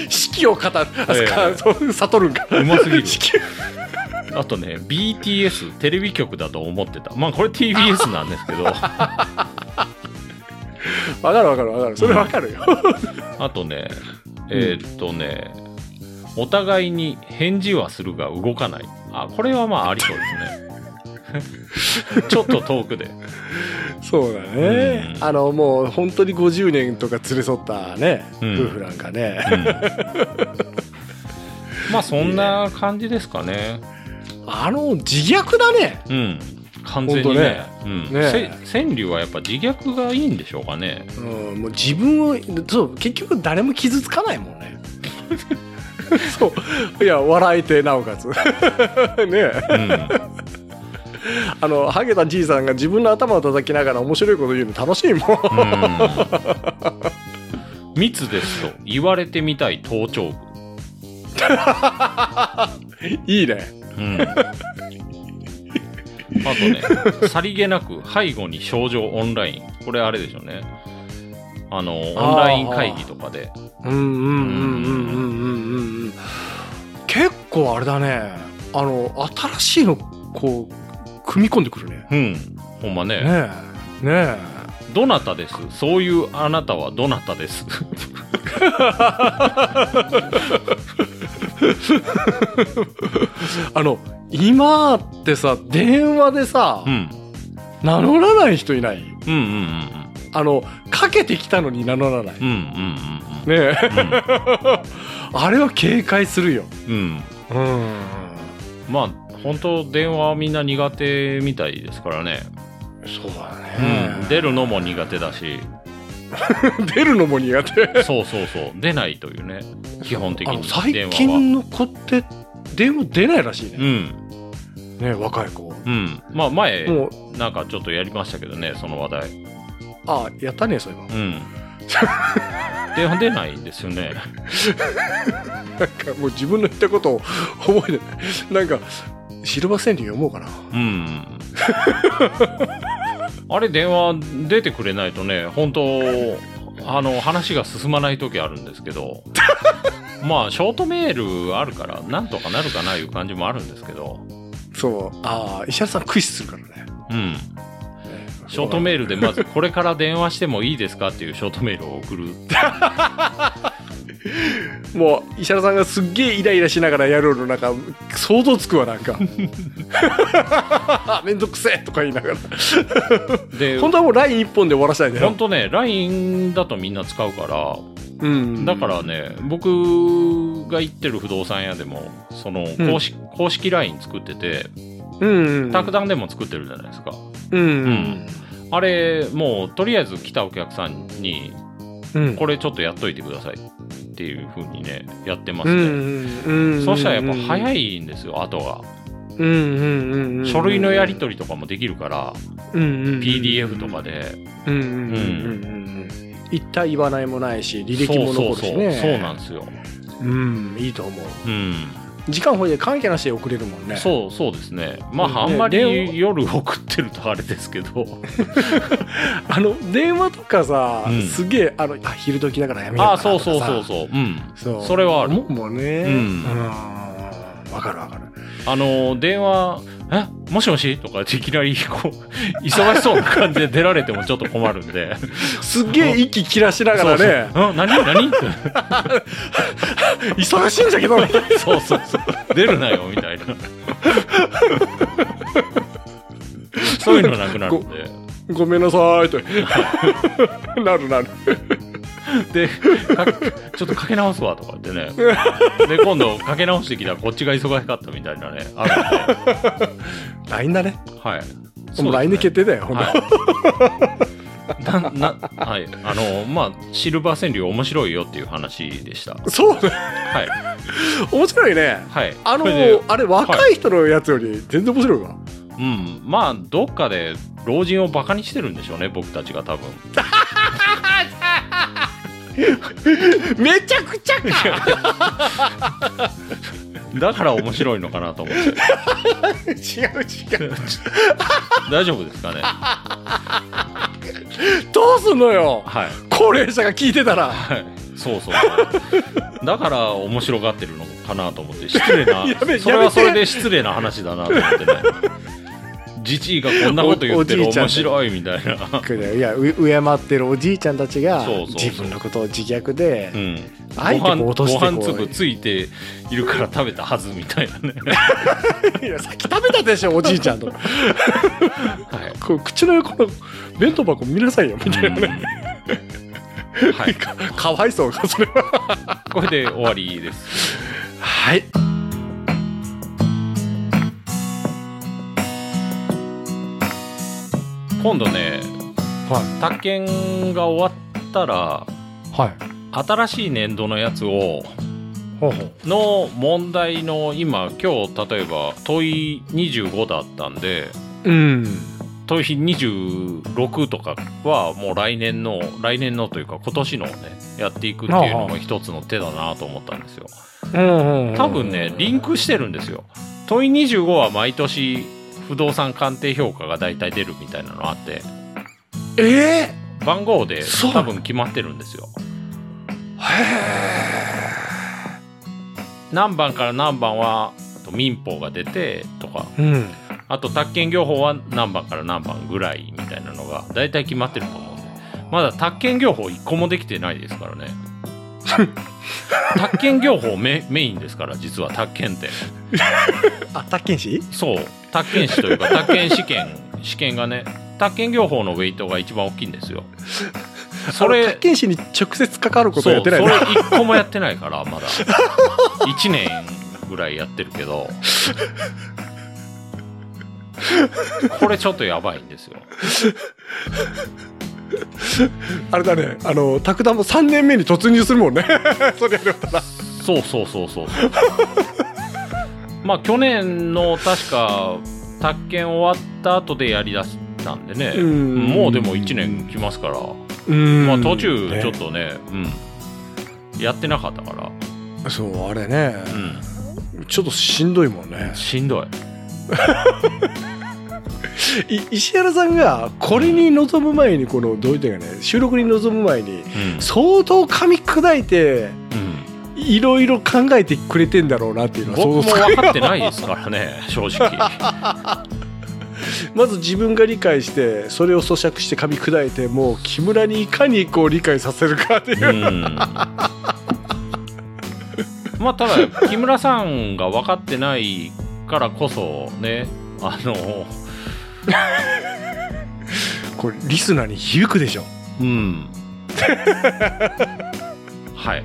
Speaker 2: 四季を語る。あ、
Speaker 3: ええ
Speaker 2: そっか、そう悟るんか。
Speaker 3: うますぎる
Speaker 2: 四季
Speaker 3: あとね BTS テレビ局だと思ってたまあこれ TBS なんです けどあ
Speaker 2: わかるわかるわかる。それわかるよ。
Speaker 3: とねえーっとね、お互いに返事はするが動かないあこれはまあありそう ですねちょっと遠くで
Speaker 2: そうだね
Speaker 3: う。ん
Speaker 2: あの、もう本当に50年とか連れ添ったね、
Speaker 3: うん
Speaker 2: 夫婦なんかね。
Speaker 3: うん まあそんな感じですかね
Speaker 2: あの、自虐だね。
Speaker 3: うん完全にねうん
Speaker 2: ね
Speaker 3: せ川柳はやっぱ自虐がいいんでしょうかね
Speaker 2: うん、もう自分を、そう、結局誰も傷つかないもん ね。そう。いや、笑えて、なおかつ。ね え。
Speaker 3: うん
Speaker 2: あのハゲたじいさんが自分の頭を叩きながら面白いこと言うの楽しいもん
Speaker 3: うん密ですと言われてみたい頭頂部。
Speaker 2: いいね
Speaker 3: うん。あとね、さりげなく背後に症状オンライン。これあれでしょうね。あの、オンライン会議とかで。
Speaker 2: うんうんうんうんうんうんうんうん結構あれだねあの新しいのこう組み込んでくるね
Speaker 3: うん。ほんまね。
Speaker 2: ねえね
Speaker 3: どなたですそういうあなたはどなたです
Speaker 2: えあの今ってさ電話でさ、
Speaker 3: うん。
Speaker 2: 名乗らない人いない
Speaker 3: うんうんうん
Speaker 2: あのかけてきたのに名乗らない、
Speaker 3: うん。うん
Speaker 2: ね
Speaker 3: うん
Speaker 2: え
Speaker 3: うんうん。
Speaker 2: あれは警戒するよ
Speaker 3: うん。うん。
Speaker 2: うん
Speaker 3: まあ、本当電話はみんな苦手みたいですからね。
Speaker 2: そうだね、
Speaker 3: うん。出るのも苦手だし。
Speaker 2: 出るのも苦手
Speaker 3: そうそうそう出ないというね基本的
Speaker 2: あの
Speaker 3: に電
Speaker 2: 最
Speaker 3: 話は。
Speaker 2: 近の子って電話出ないらしいうね,、
Speaker 3: ん
Speaker 2: ね若い子も
Speaker 3: うんまあ前
Speaker 2: う
Speaker 3: なんかちょっとやりましたけどねその話題
Speaker 2: あやったねそういえば
Speaker 3: うん 電話出ないんですよね
Speaker 2: なんかもう自分の言ったことを 覚えてないなんかシルバー川柳読もうかな
Speaker 3: うんあれ電話出てくれないとね本当あの話が進まない時あるんですけど まあショートメールあるからなんとかなるかないう感じもあるんですけど
Speaker 2: そうああ石原さん駆使するからね
Speaker 3: うん
Speaker 2: ね
Speaker 3: ショートメールでまず、これから電話してもいいですかっていうショートメールを送る。
Speaker 2: もう石原さんがすっげえイライラしながらやるのなんか想像つくわなんか めんどくせえとか言いながら
Speaker 3: で、
Speaker 2: 本当はもうライン一本で終わらせたいんだ
Speaker 3: 本
Speaker 2: よ、
Speaker 3: 当ね、LINE だとみんな使うから、
Speaker 2: うん、
Speaker 3: だからね、僕が行ってる不動産屋でも、その
Speaker 2: うん
Speaker 3: 公式、公式 LINE 作ってて、
Speaker 2: うん
Speaker 3: 卓談でも作ってるじゃないですか。
Speaker 2: うん
Speaker 3: あれ、もう、とりあえず来たお客さんに、
Speaker 2: うん
Speaker 3: これちょっとやっといてくださいっていう風にね、やってま
Speaker 2: う
Speaker 3: すね。
Speaker 2: んうん
Speaker 3: そうしたらやっぱ早
Speaker 2: い、
Speaker 3: いんですよ、後が。
Speaker 2: うんうんうんうん、
Speaker 3: 書類のやり取りとかもできるから、
Speaker 2: うんうんうん、
Speaker 3: PDF とかで。
Speaker 2: うんうんうんうんうん言った言わないもないし履歴も残るしね
Speaker 3: そうそうそうそうなんですよ。
Speaker 2: うんいいと思う
Speaker 3: うん。
Speaker 2: 時間ほいで関係なしで送れるもんねう
Speaker 3: そうそうですね。まあ、
Speaker 2: うん
Speaker 3: あん
Speaker 2: ね
Speaker 3: ま
Speaker 2: 電話
Speaker 3: り夜送ってるとあれです けど。
Speaker 2: あの電話とかさ、
Speaker 3: うん
Speaker 2: すげえあのあ昼時だからやめようか
Speaker 3: あ
Speaker 2: な
Speaker 3: あ、そう
Speaker 2: とかさ
Speaker 3: そうそうそう。うん。
Speaker 2: そう
Speaker 3: それはある
Speaker 2: ももうね
Speaker 3: うん
Speaker 2: うんわかるわかる
Speaker 3: あの、電話、えもしもしとかっていきなり、こ う、忙しそうな感じで出られてもちょっと困るんで。
Speaker 2: すっげえ息切らしながらね
Speaker 3: そうそううん、何何って
Speaker 2: 忙しいんじゃけど
Speaker 3: そうそうそう。出るなよ、みたいな。 そういうのなくなるんで。
Speaker 2: ごめんなさい となるなる
Speaker 3: で、かちょっとかけ直すわとかって ね。で、今度かけ直してきたらこっちが忙しかったみたいなね。ある
Speaker 2: LINE だね
Speaker 3: んで。はい。
Speaker 2: もう LINE で決定だよほんと
Speaker 3: はい、ななはいあのまあシルバー川柳面白いよっていう話でした
Speaker 2: そうね
Speaker 3: はい
Speaker 2: 面白いね
Speaker 3: はい
Speaker 2: あの
Speaker 3: これで
Speaker 2: あれ若い人のやつより全然面白いわ、
Speaker 3: うんまあどっかで老人をバカにしてるんでしょうね僕たちが多分
Speaker 2: めちゃくちゃ か
Speaker 3: だから面白いのかなと思って
Speaker 2: 違う違う
Speaker 3: 大丈夫ですかね
Speaker 2: どうすんのよ
Speaker 3: はい
Speaker 2: 高齢者が聞いてたら
Speaker 3: はいそうそうだから面白がってるのかなと思って失礼 な
Speaker 2: やめ
Speaker 3: それはそ
Speaker 2: や
Speaker 3: れ
Speaker 2: め
Speaker 3: で失礼な話だなと思ってねじじいがこんなこと言ってる
Speaker 2: おおじいちゃん
Speaker 3: 面白いみたいな、
Speaker 2: いやう 敬ってるおじいちゃんたちが
Speaker 3: そうそうそう
Speaker 2: 自分のことを自虐で
Speaker 3: うん、
Speaker 2: あえて
Speaker 3: ご飯
Speaker 2: こう落として
Speaker 3: ご
Speaker 2: こ
Speaker 3: 飯
Speaker 2: う
Speaker 3: 粒ついているから食べたはずみたいな ね、
Speaker 2: いやさっき食べたでしょおじいち ゃんと
Speaker 3: はい
Speaker 2: こう口の横の弁当箱見なさいよみたいなね、
Speaker 3: うんはい、
Speaker 2: かかわいそうかそれは
Speaker 3: これで終わりです
Speaker 2: はい
Speaker 3: 今度ね
Speaker 2: は
Speaker 3: 宅建が終わったら
Speaker 2: いはい
Speaker 3: 新しい年度のやつを
Speaker 2: ほうほう
Speaker 3: の問題の今今日例えば問い25だったんで
Speaker 2: うん
Speaker 3: 問い26とかはもう来年の来年のというか今年のをねやっていくっていうのも一つの手だなと思ったんですよ多
Speaker 2: 多
Speaker 3: 分ねリンクしてるんですよ問い25は毎年不動産鑑定評価が大体出るみたいなのあって
Speaker 2: ええ
Speaker 3: 番号で
Speaker 2: そう
Speaker 3: 多分決まってるんですよ何番から何番はと民法が出てとか
Speaker 2: うん
Speaker 3: あと宅建業法は何番から何番ぐらいみたいなのが大体決まってると思うんでまだ宅建業法1個もできてないですからね宅建業法メメインですから実は宅建って
Speaker 2: あ宅建士
Speaker 3: そう宅建士と いうか宅建試験試験がね宅建業法のウェイトが一番大きいんです よそ
Speaker 2: あ
Speaker 3: れ
Speaker 2: の宅建士に直接かかること
Speaker 3: そ
Speaker 2: は
Speaker 3: う
Speaker 2: やってない
Speaker 3: そ
Speaker 2: の
Speaker 3: れ一個もやってないからまだ 1年ぐらいやってるけどこれちょっとやばいんですよ
Speaker 2: あれだね、あの、拓田も3年目に突入するもんね。それやれば
Speaker 3: そうそうそうそうそうまあ去年の確か宅建終わった後でやりだしたんでね
Speaker 2: うん
Speaker 3: もうでも1年来ますから
Speaker 2: うん
Speaker 3: まあ途中ちょっ。とねうん、やってなかったから、
Speaker 2: そう、あれね、
Speaker 3: う
Speaker 2: ちょっとしんどいもんね
Speaker 3: ん、。しんどい
Speaker 2: い石原さんが、これに臨む前に、この、どういう点かね、収録に臨む前に、
Speaker 3: うん
Speaker 2: 相当噛み砕いて、
Speaker 3: うん
Speaker 2: いろいろ考えてくれてんだろうなっていうのは
Speaker 3: 僕も
Speaker 2: 想像つ
Speaker 3: 分かってないですからね 正直
Speaker 2: く。まず自分が理解して、それを咀嚼して噛み砕いて、もう木村にいかにこう理解させるかっていうう。
Speaker 3: んまあただ木村さんが分かってないからこそねあの
Speaker 2: これリスナーに響くでしょ
Speaker 3: うん はい、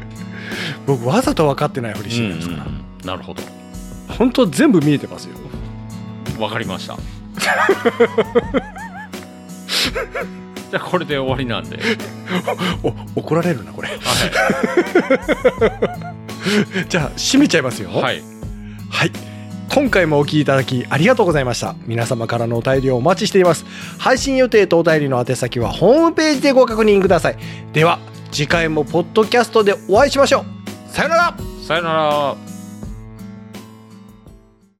Speaker 2: 僕わざと分かってないふり
Speaker 3: う
Speaker 2: してるんですから、
Speaker 3: んうんなるほど
Speaker 2: 本当は全部見えてますよ
Speaker 3: 分かり ましたじゃあこれで終わりなんで、
Speaker 2: お怒られるなこれ
Speaker 3: は
Speaker 2: じゃあ閉めちゃいますよ
Speaker 3: い、はい、
Speaker 2: はい。今回もお聞きいただきありがとうございました。皆様からのお便りをお待ちしています。配信予定とお便りの宛先はホームページでご確認ください。では、次回もポッドキャストでお会いしましょう。さよなら
Speaker 3: さよなら